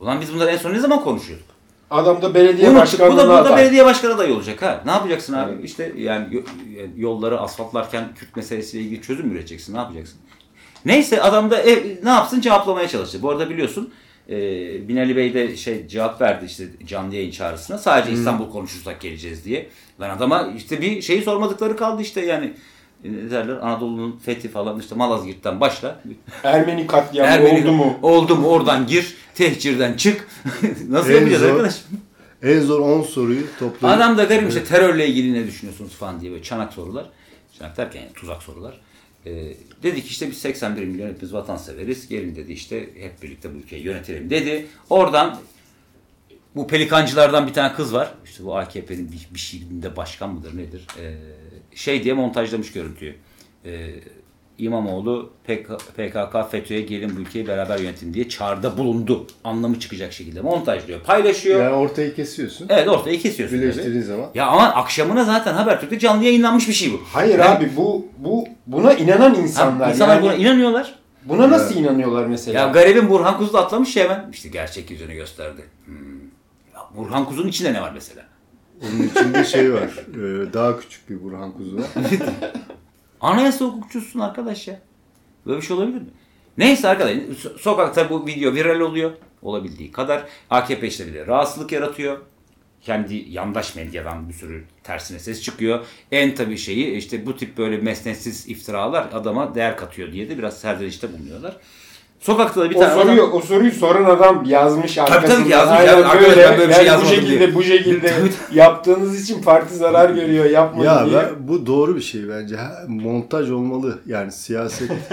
Speaker 1: Ulan biz bunları en son ne zaman konuşuyorduk?
Speaker 3: Adam da belediye
Speaker 1: Unuttuk. Bu da,
Speaker 3: başkanlığına
Speaker 1: bu da
Speaker 3: aday.
Speaker 1: belediye başkanı adayı olacak ha. Ne yapacaksın abi? İşte yani yo- yani yolları asfaltlarken Kürt meselesiyle ilgili çözüm üreteceksin. Ne yapacaksın? Neyse adam da e, ne yapsın cevaplamaya çalıştı. Bu arada biliyorsun e, Binali Bey de şey cevap verdi işte canlı yayın çağrısına. Sadece İstanbul konuşursak geleceğiz diye. Lan adama işte bir şeyi sormadıkları kaldı işte yani. E, Ne derler Anadolu'nun fethi falan işte Malazgirt'ten başla.
Speaker 3: Ermeni katliamı
Speaker 1: Ermeni-
Speaker 3: oldu mu?
Speaker 1: Oldu mu oradan gir. Tehcirden çık. Nasıl
Speaker 2: En
Speaker 1: yapacağız
Speaker 2: zor-
Speaker 1: arkadaş?
Speaker 2: En zor 10 soruyu toplayıp
Speaker 1: Adam da garip işte terörle ilgili ne düşünüyorsunuz falan diye böyle çanak sorular. Çanak derken yani tuzak sorular. Ee, dedi ki işte biz 81 milyon hepimiz vatanseveriz. Gelin dedi işte hep birlikte bu ülkeyi yönetelim dedi. Oradan bu pelikancılardan bir tane kız var. İşte bu AKP'nin bir, bir şeyinde başkan mıdır nedir? Ee, şey diye montajlamış görüntüyü. Ee, İmamoğlu PK, PKK, FETÖ'ye gelin bu ülkeyi beraber yönetin diye çağrıda bulundu. Anlamı çıkacak şekilde montajlıyor, paylaşıyor.
Speaker 2: Yani ortayı kesiyorsun.
Speaker 1: Evet ortaya kesiyorsun. tabii.
Speaker 2: Birleştirdiğin zaman.
Speaker 1: Ya ama akşamına zaten Habertürk'te canlı yayınlanmış bir şey bu.
Speaker 3: Hayır
Speaker 1: Yani-
Speaker 3: abi bu bu buna inanan insanlar.
Speaker 1: Ha, insanlar
Speaker 3: yani
Speaker 1: buna
Speaker 3: buna,
Speaker 1: inanıyorlar.
Speaker 3: nasıl inanıyorlar mesela?
Speaker 1: Ya garibin Burhan Kuzu da atlamış ya hemen. İşte gerçek yüzünü gösterdi. Hmm. Ya Burhan Kuzu'nun içinde ne var mesela?
Speaker 2: Onun içinde şey var. e, daha küçük bir Burhan Kuzu var.
Speaker 1: Anayasa hukukçusun arkadaş ya. Böyle bir şey olabilir mi? Neyse arkadaşlar so- sokakta bu video viral oluyor. Olabildiği kadar. AKP işte bir de rahatsızlık yaratıyor. Kendi yandaş medyadan bir sürü tersine ses çıkıyor. En tabii şeyi işte bu tip böyle mesnetsiz iftiralar adama değer katıyor diye de biraz serzenişte bulunuyorlar. Sokakta da bir
Speaker 3: o
Speaker 1: tane adam-
Speaker 3: soruyu o soruyu soran adam yazmış
Speaker 1: tabii ki
Speaker 3: arkasında.
Speaker 1: yazmış.
Speaker 3: Aynen
Speaker 1: Yani arkadaşlar
Speaker 3: böyle,
Speaker 1: ben böyle bir şey
Speaker 3: yani bu
Speaker 1: yazmadım
Speaker 3: şekilde
Speaker 1: diye.
Speaker 3: bu şekilde yaptığınız için parti zarar görüyor yapmayın
Speaker 2: Ya
Speaker 3: diye.
Speaker 2: ben- bu doğru bir şey bence. Ha, montaj olmalı. Yani siyaset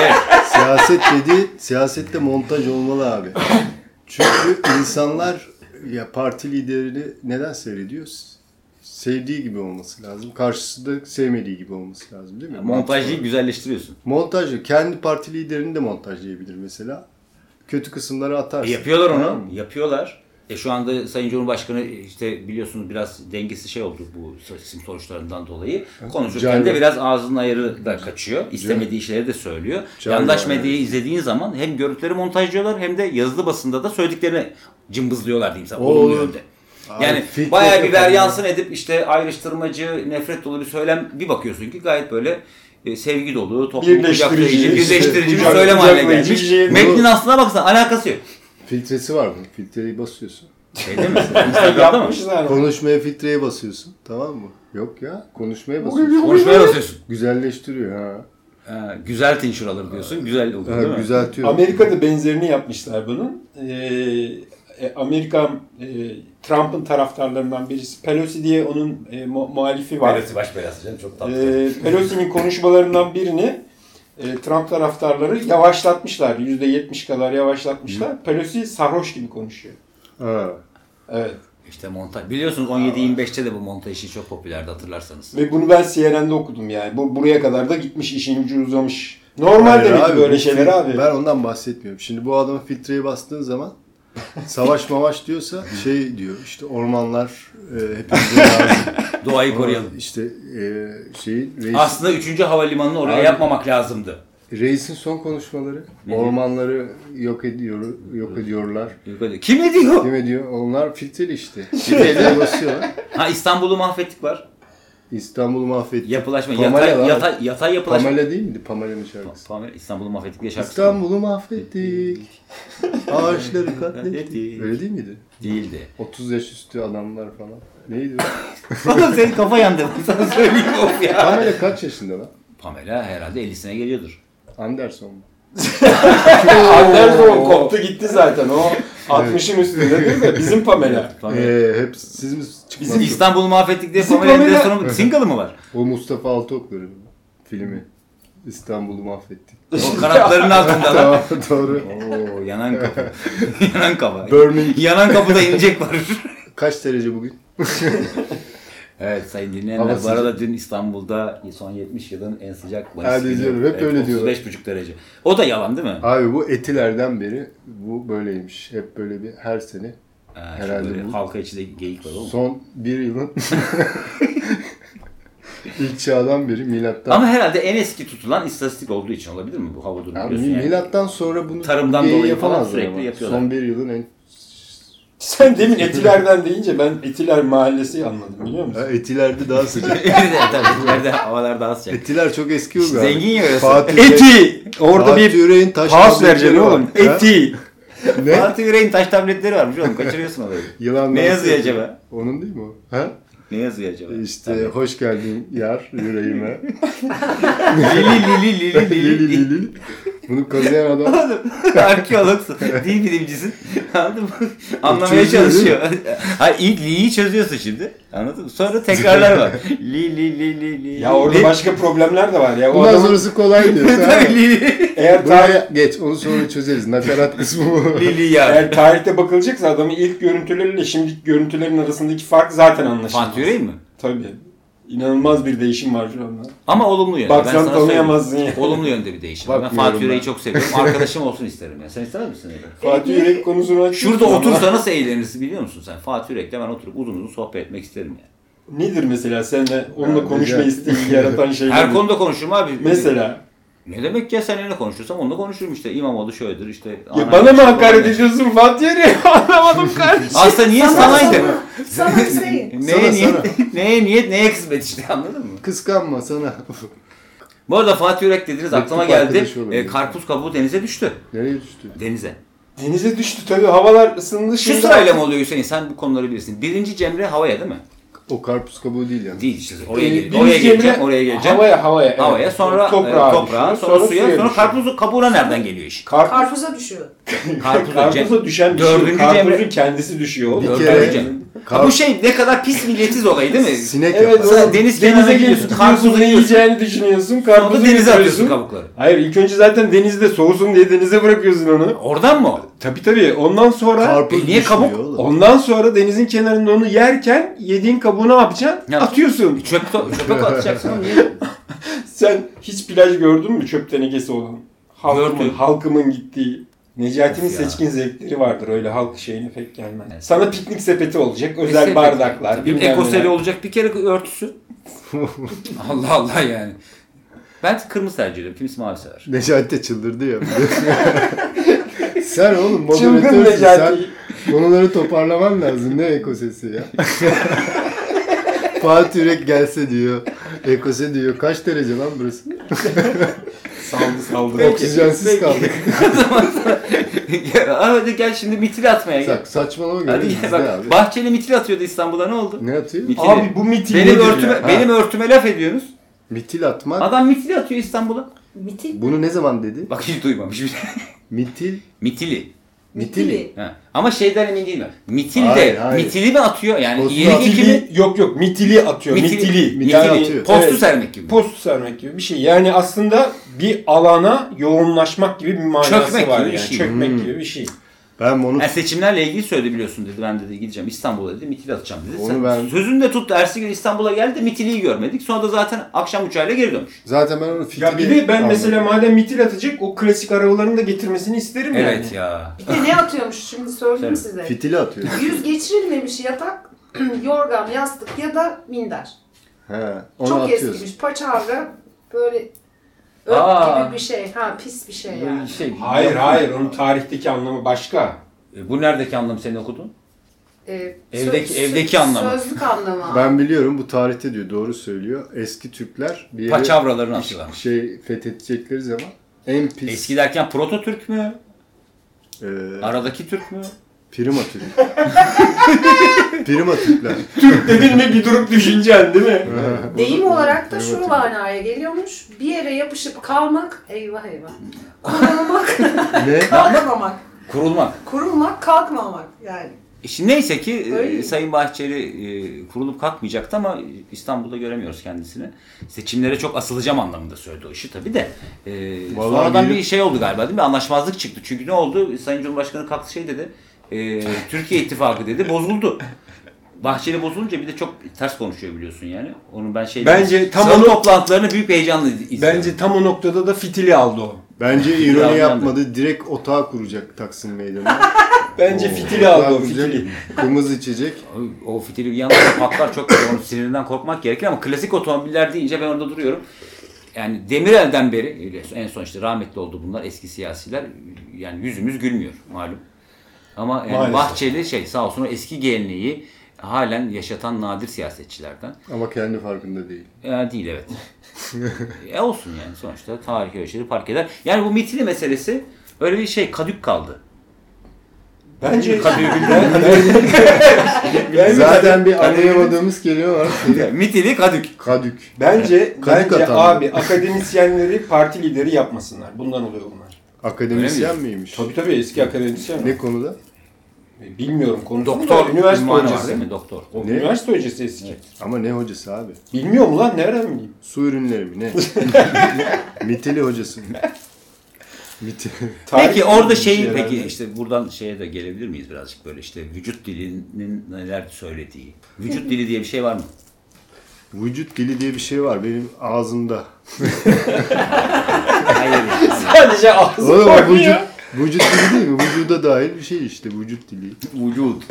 Speaker 1: Evet.
Speaker 2: siyaset dediği siyasette montaj olmalı abi. Çünkü insanlar ya parti liderini neden seyrediyor? Sevdiği gibi olması lazım. Karşısında sevmediği gibi olması lazım değil mi?
Speaker 1: Montajlayıp güzelleştiriyorsun.
Speaker 2: Montajı. Kendi parti liderini de montajlayabilir mesela. Kötü kısımları atarsın.
Speaker 1: E, yapıyorlar onu.
Speaker 2: Tamam mı?
Speaker 1: Yapıyorlar. E şu anda Sayın Cumhurbaşkanı işte biliyorsunuz biraz dengesi şey oldu bu seçim sonuçlarından dolayı. Konuşurken
Speaker 2: Cayma.
Speaker 1: de biraz ağzının ayarı da kaçıyor. İstemediği şeyleri de söylüyor.
Speaker 2: Cayma,
Speaker 1: Yandaş
Speaker 2: evet.
Speaker 1: medyayı izlediğin zaman hem görüntüleri montajlıyorlar hem de yazılı basında da söylediklerini cımbızlıyorlar diyeyim sana.
Speaker 2: Oo.
Speaker 1: Olumlu yönde. Yani
Speaker 2: filtre
Speaker 1: bayağı bir
Speaker 2: yapalım.
Speaker 1: veryansın edip işte ayrıştırmacı, nefret dolu bir söylem bir bakıyorsun ki gayet böyle e, sevgi dolu, toplumu
Speaker 3: Birleştirici,
Speaker 1: kucaklayıcı, birleştirici bir
Speaker 3: kucak-
Speaker 1: söylem haline
Speaker 3: kucaklayıcı
Speaker 1: gelmiş.
Speaker 3: bir şey.
Speaker 1: Metnin aslına baksana alakası yok.
Speaker 2: Filtresi var bunun. Filtreyi basıyorsun.
Speaker 1: Şey değil mi? Instagram'da mı?
Speaker 3: Yapmışlar.
Speaker 2: Konuşmaya filtreye basıyorsun. Tamam mı? Yok ya. Konuşmaya
Speaker 3: Bugün
Speaker 2: basıyorsun.
Speaker 1: Konuşmaya basıyorsun.
Speaker 2: Güzelleştiriyor ha.
Speaker 1: Ha, güzeltin şuraları diyorsun. Güzel oluyor değil
Speaker 2: ha
Speaker 1: mi?
Speaker 2: güzeltiyor.
Speaker 3: Amerika'da benzerini yapmışlar bunun. Ee, e, Amerika e, Trump'ın taraftarlarından birisi Pelosi diye onun e, mu- muhalifi var.
Speaker 1: Belası baş belası canım çok tatlı.
Speaker 3: Ee, Pelosi'nin konuşmalarından birini e, Trump taraftarları yavaşlatmışlar. %70 kadar yavaşlatmışlar. Pelosi sarhoş gibi konuşuyor.
Speaker 2: Ha.
Speaker 3: Evet.
Speaker 1: işte montaj. Biliyorsunuz 17-25'te de bu montaj işi çok popülerdi hatırlarsanız.
Speaker 3: Ve bunu ben CNN'de okudum yani. Bu buraya kadar da gitmiş işin ucu uzamış. Normal
Speaker 2: Hayır
Speaker 3: demek ki
Speaker 2: abi,
Speaker 3: böyle
Speaker 2: bu
Speaker 3: şeyler
Speaker 2: fil-
Speaker 3: abi.
Speaker 2: Ben ondan bahsetmiyorum. Şimdi bu adamın filtreye bastığın zaman savaş mavaş diyorsa şey diyor işte ormanlar e, hepimize lazım.
Speaker 1: Doğayı koruyalım.
Speaker 2: işte e, şeyin reis,
Speaker 1: Aslında 3. havalimanını oraya
Speaker 2: Abi-
Speaker 1: yapmamak lazımdı.
Speaker 2: reisin son konuşmaları
Speaker 1: Ne?
Speaker 2: ormanları yok ediyor yok ediyorlar.
Speaker 1: Kim ne diyor?
Speaker 2: Kim ediyor? Onlar filtreli işte. Filtreye basıyorlar.
Speaker 1: Ha İstanbul'u mahvettik var.
Speaker 2: İstanbul'u mahvetti.
Speaker 1: Yapılaşma.
Speaker 2: Pamela
Speaker 1: Yatay,
Speaker 2: var.
Speaker 1: yatay, yatay yapılaşma.
Speaker 2: Pamela değil miydi Pamela'nın şarkısı?
Speaker 1: Pamela. İstanbul'u mahvettik diye şarkısı.
Speaker 2: İstanbul'u mahvettik. Ağaçları katlettik.
Speaker 1: Katlettik.
Speaker 2: Öyle değil miydi?
Speaker 1: Değildi.
Speaker 2: 30 yaş üstü adamlar falan. Neydi o?
Speaker 1: Oğlum senin kafa yandı. Ben sana söyleyeyim of ya.
Speaker 2: Pamela kaç yaşında lan?
Speaker 1: Pamela herhalde 50'sine geliyordur.
Speaker 2: Anderson mu?
Speaker 3: Anderson koptu gitti zaten. O 60'ın üstünde değil mi? Bizim Pamela.
Speaker 1: Pamela.
Speaker 2: Ee, hep siz mi çıkmaz?
Speaker 1: Bizim İstanbul'u mahvettik diye
Speaker 3: Bizim
Speaker 1: Pamela
Speaker 3: Pamela-
Speaker 1: Anderson'un single'ı mı var?
Speaker 2: O Mustafa Altıoklu'nun filmi. İstanbul'u mahvettik.
Speaker 1: O kanatlarının altında lan.
Speaker 2: tamam doğru.
Speaker 1: Oo yanan kapı. yanan kapı.
Speaker 2: Burning
Speaker 1: yanan kapıda inecek var.
Speaker 2: kaç derece bugün?
Speaker 1: evet sayın dinleyenler
Speaker 2: Hava
Speaker 1: bu arada dün İstanbul'da son 70 yılın en sıcak Mayıs
Speaker 2: Hadi diyorum, hep öyle diyorlar.
Speaker 1: 35,5 derece. O da yalan değil mi?
Speaker 2: Abi bu etilerden beri bu böyleymiş. Hep böyle bir her sene.
Speaker 1: Ha, şu
Speaker 2: herhalde
Speaker 1: böyle
Speaker 2: bu-
Speaker 1: Halka içi de geyik var oğlum.
Speaker 2: Son bir yılın ilk çağdan beri milattan.
Speaker 1: Ama herhalde en eski tutulan istatistik olduğu için olabilir mi bu hava durumu
Speaker 2: Abi,
Speaker 1: biliyorsun yani.
Speaker 2: milattan sonra bunu
Speaker 1: Tarımdan
Speaker 2: iyi
Speaker 1: dolayı falan
Speaker 2: yapamazlar
Speaker 1: sürekli
Speaker 2: ama.
Speaker 1: yapıyorlar.
Speaker 2: Son bir yılın en
Speaker 3: Sen demin Etiler'den deyince ben Etiler Mahallesi anladım biliyor musun?
Speaker 2: Ha, etilerde daha sıcak.
Speaker 1: Tabii, Nerede havalar daha sıcak.
Speaker 2: Etiler çok eski bir
Speaker 1: Zengin ya orası.
Speaker 2: Fatih
Speaker 3: Eti! Orada
Speaker 2: Fatih
Speaker 3: bir
Speaker 2: Yüreğin taş
Speaker 3: pas
Speaker 2: tabletleri
Speaker 3: vereceksin
Speaker 2: var.
Speaker 3: oğlum.
Speaker 2: Ha?
Speaker 3: Eti!
Speaker 2: Ne?
Speaker 1: Fatih Yüreğin taş tabletleri varmış oğlum kaçırıyorsun orayı.
Speaker 2: Yılan
Speaker 1: Ne
Speaker 2: dansı
Speaker 1: yazıyor acaba?
Speaker 2: Onun değil mi o? Ha?
Speaker 1: Ne yazıyor acaba?
Speaker 2: İşte hoş geldin yar yüreğime.
Speaker 1: Lili lili lili
Speaker 2: lili
Speaker 1: lili.
Speaker 2: lili lili. Bunu kazıyan adam
Speaker 1: Oğlum arkeologsun, dil bilimcisin. Anladın mı? Anlamaya
Speaker 2: Çözüyor, değil mi?
Speaker 1: çalışıyor. Hayır ilk li'yi çözüyorsun şimdi. Anladın mı? Sonra tekrarlar var. Li li li li li.
Speaker 3: Ya orada
Speaker 1: li.
Speaker 3: başka problemler de var ya. O
Speaker 2: bundan
Speaker 3: adamın
Speaker 2: sonrası kolay diyor. tamam
Speaker 1: Tabii
Speaker 2: mı?
Speaker 1: li li.
Speaker 3: eğer tarih,
Speaker 2: Buraya geç onu sonra çözeriz. Nakarat kısmı bu.
Speaker 1: Li li ya.
Speaker 3: eğer tarihte bakılacaksa adamın ilk görüntüleriyle şimdiki görüntülerin arasındaki fark zaten anlaşılmaz.
Speaker 1: Fatih Yüreğin mi?
Speaker 3: Tabii. İnanılmaz bir değişim var şu anda.
Speaker 1: Ama olumlu yönde.
Speaker 3: Baksan
Speaker 1: Ben sana
Speaker 3: tanıyamazsın
Speaker 1: söyleyeyim.
Speaker 3: yani.
Speaker 1: Olumlu yönde bir değişim. Ben
Speaker 2: Bakmıyorum
Speaker 1: Fatih Yüreği
Speaker 2: ben.
Speaker 1: çok seviyorum. Arkadaşım olsun isterim. Yani. Sen istemez misin öyle?
Speaker 3: Fatih Yürek konusunu açtın.
Speaker 1: Şurada
Speaker 3: Ama
Speaker 1: otursa nasıl eğlenirsin biliyor musun sen? Fatih Yürek'le ben oturup uzun uzun sohbet etmek isterim yani.
Speaker 3: Nedir mesela seninle onunla
Speaker 2: Ya,
Speaker 3: konuşma
Speaker 2: güzel.
Speaker 3: isteği yaratan şeyler?
Speaker 1: Her konuda konuşurum abi.
Speaker 3: Mesela.
Speaker 1: Ne demek ya sen ne konuşursam onunla konuşurum işte. İmamoğlu şöyledir işte.
Speaker 3: Ya
Speaker 1: Anam-
Speaker 3: bana mı hakaret ediyorsun Fatih Yürek'e? Anlamadım kardeşim.
Speaker 1: Aslında niye sanaydı?
Speaker 4: Sana, şey- sana Hüseyin.
Speaker 1: Neye
Speaker 2: Sana,
Speaker 1: niyet, neye niyet, neye kısmet işte anladın mı?
Speaker 2: Kıskanma sana.
Speaker 1: Bu arada Fatih Yürek dediniz aklıma
Speaker 2: Mektup
Speaker 1: geldi.
Speaker 2: arkadaşı olur.
Speaker 1: E, karpuz kabuğu denize düştü.
Speaker 2: Nereye düştü?
Speaker 1: Denize.
Speaker 3: Denize düştü tabii havalar ısındı.
Speaker 1: Şu sırayla mı oluyor Hüseyin? Sen bu konuları bilirsin. Birinci Cemre havaya değil mi?
Speaker 2: O karpuz kabuğu değil yani.
Speaker 1: Değil işte.
Speaker 3: Ee,
Speaker 1: Oraya, gel-
Speaker 3: birinci
Speaker 1: oraya geleceğim,
Speaker 3: Cemre-
Speaker 1: oraya geleceğim. Havaya,
Speaker 3: Havaya havaya. evet.
Speaker 1: sonra e, toprağa,
Speaker 3: toprağa, düşüyor,
Speaker 1: sonra, suya, sonra
Speaker 3: düşüyor.
Speaker 1: karpuzu kabuğuna nereden geliyor iş?
Speaker 3: Karpuz,
Speaker 4: Karpuza düşüyor.
Speaker 1: Karpuza,
Speaker 3: karpuza
Speaker 1: Cem-
Speaker 3: düşen bir
Speaker 1: Dördüncü
Speaker 3: şey. Karpuzun
Speaker 1: Cemre-
Speaker 3: kendisi düşüyor. oğlum.
Speaker 2: Bir
Speaker 1: Dördüncü
Speaker 2: kere
Speaker 1: Cemre. Ha, bu şey ne kadar pis milletsiz olayı değil mi?
Speaker 2: Sinek
Speaker 3: Evet,
Speaker 2: yapar.
Speaker 1: Sen
Speaker 3: oğlum,
Speaker 1: deniz kenarına
Speaker 3: denize
Speaker 1: gidiyorsun,
Speaker 3: gidiyorsun,
Speaker 1: karpuzu
Speaker 3: karpuzu
Speaker 1: yiyorsun.
Speaker 3: yiyeceğini düşünüyorsun,
Speaker 1: Sonra
Speaker 3: karpuzu
Speaker 1: da denize atıyorsun
Speaker 3: yiyorsun.
Speaker 1: kabukları.
Speaker 3: Hayır ilk önce zaten denizde soğusun diye denize bırakıyorsun onu.
Speaker 1: Oradan mı? o?
Speaker 3: Tabii tabii ondan sonra
Speaker 2: Karpuz
Speaker 1: E, niye
Speaker 2: düşmüyor
Speaker 1: kabuk?
Speaker 2: oğlum.
Speaker 3: ondan sonra denizin kenarında onu yerken yediğin kabuğu ne yapacaksın?
Speaker 1: Ya.
Speaker 3: Atıyorsun.
Speaker 1: Çöp, to- çöpe atacaksın oğlum, niye?
Speaker 3: Sen hiç plaj gördün mü çöp tenekesi olan? Halkımın,
Speaker 1: Gördüm.
Speaker 3: halkımın gittiği. Necati'nin
Speaker 1: Of ya.
Speaker 3: seçkin zevkleri vardır öyle halk şeyine pek gelmez.
Speaker 1: Evet.
Speaker 3: Sana piknik sepeti olacak, özel
Speaker 1: Sepet.
Speaker 3: bardaklar.
Speaker 1: Bir
Speaker 3: bilmem neler.
Speaker 1: ekoseli olacak bir kere örtüsü. Allah Allah yani. Ben kırmızı tercih ediyorum. Kimisi mavi sever.
Speaker 2: Necati de çıldırdı ya. sen oğlum
Speaker 3: Çılgın
Speaker 2: moderatörsün sen.
Speaker 3: Necati.
Speaker 2: Konuları toparlaman lazım. Ne ekosesi ya? Fatih Yürek gelse diyor. Ekose diyor. Kaç derece lan burası?
Speaker 3: Saldı saldı.
Speaker 2: Oksijensiz kaldık.
Speaker 1: Gel- Hadi gel şimdi mitil atmaya gel.
Speaker 2: Sa- saçmalama göre
Speaker 1: Hadi gel
Speaker 2: bizde
Speaker 1: bak.
Speaker 2: abi.
Speaker 1: Bahçeli mitil atıyordu İstanbul'a ne oldu?
Speaker 2: Ne atıyor?
Speaker 1: Mitili.
Speaker 3: Abi bu miting
Speaker 1: benim
Speaker 3: nedir
Speaker 1: örtüme
Speaker 3: ya?
Speaker 1: benim örtüme laf ediyorsunuz.
Speaker 2: Mitil atmak.
Speaker 1: Adam mitil atıyor İstanbul'a.
Speaker 4: Mitil.
Speaker 2: Bunu ne zaman dedi?
Speaker 1: Bak hiç duymamış bir
Speaker 2: Mitil.
Speaker 1: Mitili.
Speaker 2: Mitili.
Speaker 1: Ha. Ama şeyden emin değilim. ben. Mitil
Speaker 2: Hayır,
Speaker 1: de
Speaker 2: hayır.
Speaker 1: mitili mi atıyor? Yani
Speaker 2: Postu
Speaker 1: yeni
Speaker 3: Mitili-
Speaker 1: ekimi
Speaker 3: yok yok mitili atıyor.
Speaker 1: Mitili-
Speaker 3: Mitili.
Speaker 1: mitili
Speaker 2: atıyor.
Speaker 1: postu
Speaker 3: Evet.
Speaker 1: sermek gibi.
Speaker 3: Postu sermek gibi bir şey. Yani aslında bir alana yoğunlaşmak gibi bir manası
Speaker 1: Çökmek
Speaker 3: var
Speaker 1: gibi bir
Speaker 3: yani.
Speaker 1: şey.
Speaker 3: Çökmek
Speaker 2: Hmm.
Speaker 3: gibi bir şey.
Speaker 2: Ben bunu
Speaker 1: Yani seçimlerle ilgili söyledi biliyorsun dedi. Ben dedi gideceğim İstanbul'a dedi mitil atacağım dedi.
Speaker 2: Onu
Speaker 1: Sen,
Speaker 2: ben-
Speaker 1: Sözünü de tuttu. Ertesi gün İstanbul'a geldi de mitiliyi görmedik. Sonra da zaten akşam uçağıyla geri dönmüş.
Speaker 2: zaten ben onu fikri
Speaker 3: Ya bir de ben mesela madem mitil atacak o klasik arabalarını da getirmesini isterim
Speaker 1: Evet
Speaker 3: yani.
Speaker 1: ya.
Speaker 4: Bir de ne atıyormuş şimdi söyleyeyim size.
Speaker 2: fitili atıyor.
Speaker 4: Yüz geçirilmemiş yatak, yorgan, yastık ya da minder.
Speaker 2: He. Onu
Speaker 4: Çok şey.
Speaker 2: atıyorsun.
Speaker 4: eskimiş. Paçavra böyle ört
Speaker 1: Aa.
Speaker 4: gibi bir şey. Ha pis bir şey
Speaker 1: Böyle
Speaker 4: yani.
Speaker 1: Şey,
Speaker 3: Hayır hayır onun tarihteki anlamı başka.
Speaker 1: E, Bu neredeki anlamı senin okudun?
Speaker 4: Ee,
Speaker 1: Evdeki- evdeki anlamı.
Speaker 4: Sözlük anlamı.
Speaker 2: Ben biliyorum bu tarihte diyor doğru söylüyor. Eski Türkler bir yere
Speaker 1: Paçavralarını atıyorlarmış.
Speaker 2: şey fethedecekleri zaman en pis
Speaker 1: Eski derken proto Türk mü?
Speaker 2: e,
Speaker 1: Aradaki Türk mü?
Speaker 2: Prima Türk. Prima Türkler.
Speaker 3: Dedin mi bir durup düşüneceksin değil mi?
Speaker 4: Deyim olarak da şu
Speaker 2: Evet.
Speaker 4: manaya geliyormuş. Bir yere yapışıp kalmak, eyvah eyvah. Kurulmak,
Speaker 2: ne?
Speaker 4: kalkmamak.
Speaker 1: Kurulmak.
Speaker 4: Kurulmak, kalkmamak yani.
Speaker 1: E Şimdi neyse ki e,
Speaker 4: Öyle mi?
Speaker 1: Sayın Bahçeli e, kurulup kalkmayacaktı ama İstanbul'da göremiyoruz kendisini. Seçimlere çok asılacağım anlamında söyledi o işi tabii de. E,
Speaker 2: Vallahi
Speaker 1: sonradan
Speaker 2: bir-
Speaker 1: bir şey oldu galiba değil mi? Anlaşmazlık çıktı. Çünkü ne oldu? Sayın Cumhurbaşkanı kalktı şey dedi. e, Türkiye İttifakı dedi. Bozuldu. Bahçeli bozulunca bir de çok ters konuşuyor biliyorsun yani. Onu ben şey
Speaker 3: Bence tam
Speaker 1: Salon
Speaker 3: onu-
Speaker 1: toplantılarını büyük heyecanla izliyorum.
Speaker 3: Bence tam o noktada da fitili aldı o.
Speaker 2: Bence
Speaker 1: Yandan da.
Speaker 2: ironi yapmadı. Direkt otağı kuracak Taksim Meydanı.
Speaker 3: Bence
Speaker 2: Oo,
Speaker 3: fitili aldı
Speaker 2: otağı
Speaker 3: o
Speaker 2: kuracak,
Speaker 3: fitili.
Speaker 2: Kırmızı içecek.
Speaker 1: O- O fitili bir yandan da patlar çok kötü. Onun sinirinden korkmak gerekir ama klasik otomobiller deyince ben orada duruyorum. Yani Demirel'den beri öyle en son işte rahmetli oldu bunlar eski siyasiler. Yani yüzümüz gülmüyor malum. Ama yani
Speaker 3: Maalesef.
Speaker 1: Bahçeli şey sağ olsun o eski geleneği halen yaşatan nadir siyasetçilerden.
Speaker 2: Ama kendi farkında değil.
Speaker 1: E, değil evet. e olsun yani sonuçta tarihi ölçüde fark eder. Yani bu mitili meselesi öyle bir şey kadük kaldı.
Speaker 3: Bence
Speaker 1: Kadı'yı
Speaker 3: bence-
Speaker 2: Zaten bir
Speaker 1: ben de-
Speaker 2: anlayamadığımız kelime var.
Speaker 1: mitili kadük.
Speaker 2: Kadük.
Speaker 3: Bence
Speaker 2: Kadık
Speaker 3: bence
Speaker 2: atandı.
Speaker 3: abi akademisyenleri parti lideri yapmasınlar. Bundan oluyor bunlar.
Speaker 2: Akademisyen
Speaker 1: Öyle
Speaker 2: miymiş?
Speaker 3: Tabii tabii eski akademisyen.
Speaker 2: Ne konuda?
Speaker 3: Bilmiyorum konusunu
Speaker 1: Doktor
Speaker 3: da üniversite
Speaker 1: ünvanı var
Speaker 3: hocası.
Speaker 1: değil mi? Doktor.
Speaker 3: O
Speaker 2: Ne?
Speaker 3: Üniversite hocası eski.
Speaker 2: Ama ne hocası abi?
Speaker 3: Bilmiyor mu lan nereden bileyim?
Speaker 2: Su ürünleri mi ne? Mitili hocası. Mitili.
Speaker 1: Peki orada şeyi
Speaker 2: şeyler
Speaker 1: peki
Speaker 2: var.
Speaker 1: işte buradan şeye de gelebilir miyiz birazcık böyle işte vücut dilinin neler söylediği. Vücut dili diye bir şey var mı?
Speaker 2: Vücut dili diye bir şey var benim ağzımda.
Speaker 1: Hayır.
Speaker 3: Sadece ağzı
Speaker 2: Oğlum, o vücut,
Speaker 3: oynuyor.
Speaker 2: vücut dili değil mi? Vücuda dair bir şey işte vücut dili.
Speaker 1: Vücut.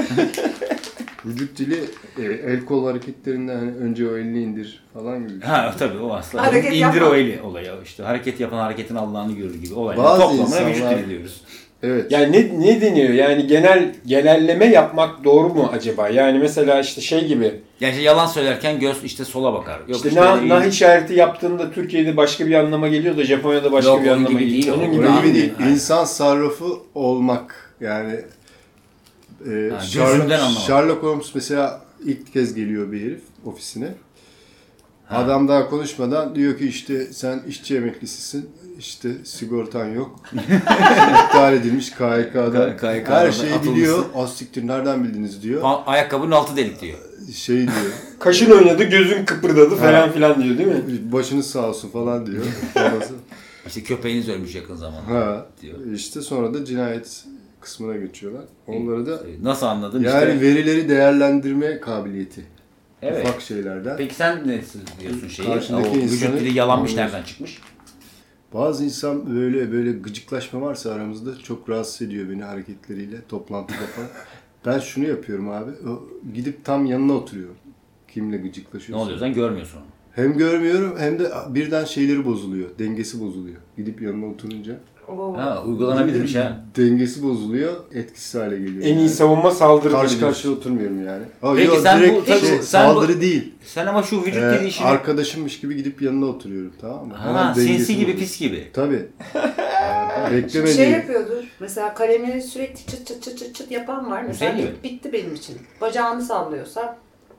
Speaker 2: Vücut dili e, el kol hareketlerinden hani önce o elini indir falan gibi. şey.
Speaker 1: Ha tabii o aslında.
Speaker 4: Hareket
Speaker 1: İndir
Speaker 4: yapma.
Speaker 1: o eli olayı işte. Hareket yapan hareketin Allah'ını görür gibi olay.
Speaker 2: Bazı
Speaker 1: Toplamına vücut
Speaker 2: insanlar-
Speaker 1: dili diyoruz.
Speaker 2: Evet.
Speaker 3: Yani ne, ne deniyor? Yani genel genelleme yapmak doğru mu acaba? Yani mesela işte şey gibi
Speaker 1: Yani işte yalan söylerken göz işte sola bakar. Yok
Speaker 3: işte nah,
Speaker 1: öyle
Speaker 3: nah
Speaker 1: iyi.
Speaker 3: işareti yaptığında Türkiye'de başka bir anlama geliyor da Japonya'da başka
Speaker 1: Yok,
Speaker 3: bir
Speaker 1: onun
Speaker 3: anlama
Speaker 1: gibi
Speaker 3: geliyor.
Speaker 1: değil,
Speaker 3: Onun
Speaker 1: o.
Speaker 3: gibi
Speaker 2: Öyle
Speaker 1: Aynen,
Speaker 2: gibi değil.
Speaker 1: aynen.
Speaker 2: İnsan sarrafı olmak. Yani e, Sherlock,
Speaker 1: gözünden anlamak.
Speaker 2: Sherlock Holmes mesela ilk kez geliyor bir herif ofisine. Adam daha konuşmadan diyor ki işte sen işçi emeklisisin. işte sigortan yok. İptal edilmiş KYK'da.
Speaker 1: KYK'dan
Speaker 2: Her şeyi
Speaker 1: atılmışsın.
Speaker 2: biliyor. Az siktir nereden bildiniz diyor.
Speaker 1: Pa- Ayakkabının altı delik diyor.
Speaker 2: Şey diyor.
Speaker 3: Kaşın oynadı, gözün kıpırdadı falan filan diyor değil mi?
Speaker 2: Başınız sağ olsun falan diyor.
Speaker 1: İşte köpeğiniz ölmüş yakın zamanda.
Speaker 2: ha.
Speaker 1: Diyor.
Speaker 2: İşte sonra da cinayet kısmına geçiyorlar. Onları da
Speaker 1: Ee, Nasıl anladın
Speaker 2: Yani
Speaker 1: işte.
Speaker 2: verileri değerlendirme kabiliyeti.
Speaker 1: Evet.
Speaker 2: Ufak şeylerden.
Speaker 1: Peki sen ne diyorsun şeyi?
Speaker 2: Karşındaki
Speaker 1: O vücut
Speaker 2: insanı
Speaker 1: dili yalanmış
Speaker 2: anlıyorsun.
Speaker 1: nereden çıkmış?
Speaker 2: Bazı insan böyle böyle gıcıklaşma varsa aramızda çok rahatsız ediyor beni hareketleriyle toplantıda falan. ben şunu yapıyorum abi. o- Gidip tam yanına oturuyorum. Kimle
Speaker 1: Ne
Speaker 2: gıcıklaşıyorsun?
Speaker 1: oluyor sen görmüyorsun onu.
Speaker 2: Hem görmüyorum hem de birden şeyleri bozuluyor. Dengesi bozuluyor. Gidip yanına oturunca.
Speaker 4: Oo.
Speaker 1: Ha uygulanabilirmiş ha.
Speaker 2: Dengesi bozuluyor. Etkisiz hale geliyor.
Speaker 3: En
Speaker 2: yani.
Speaker 3: iyi savunma saldırı.
Speaker 2: Karşı
Speaker 3: diyorsun.
Speaker 2: karşıya oturmuyorum yani. Aa,
Speaker 1: Peki
Speaker 2: yok,
Speaker 1: sen bu-
Speaker 2: direkt
Speaker 1: tabii
Speaker 2: şey,
Speaker 1: bu- sen bu-
Speaker 2: saldırı değil.
Speaker 1: Sen ama şu vücut
Speaker 2: Ee,
Speaker 1: dili işini...
Speaker 2: arkadaşımmış gibi gidip yanına oturuyorum tamam mı?
Speaker 1: şey. ha, sinsi gibi pis gibi.
Speaker 2: Tabi.
Speaker 4: Bir şey
Speaker 2: Beklemediğim.
Speaker 4: yapıyordur. Mesela kalemini sürekli çıt çıt çıt çıt çıt yapan var. Mesela
Speaker 1: Hüseyin gibi.
Speaker 4: bitti benim için. Bacağını sallıyorsa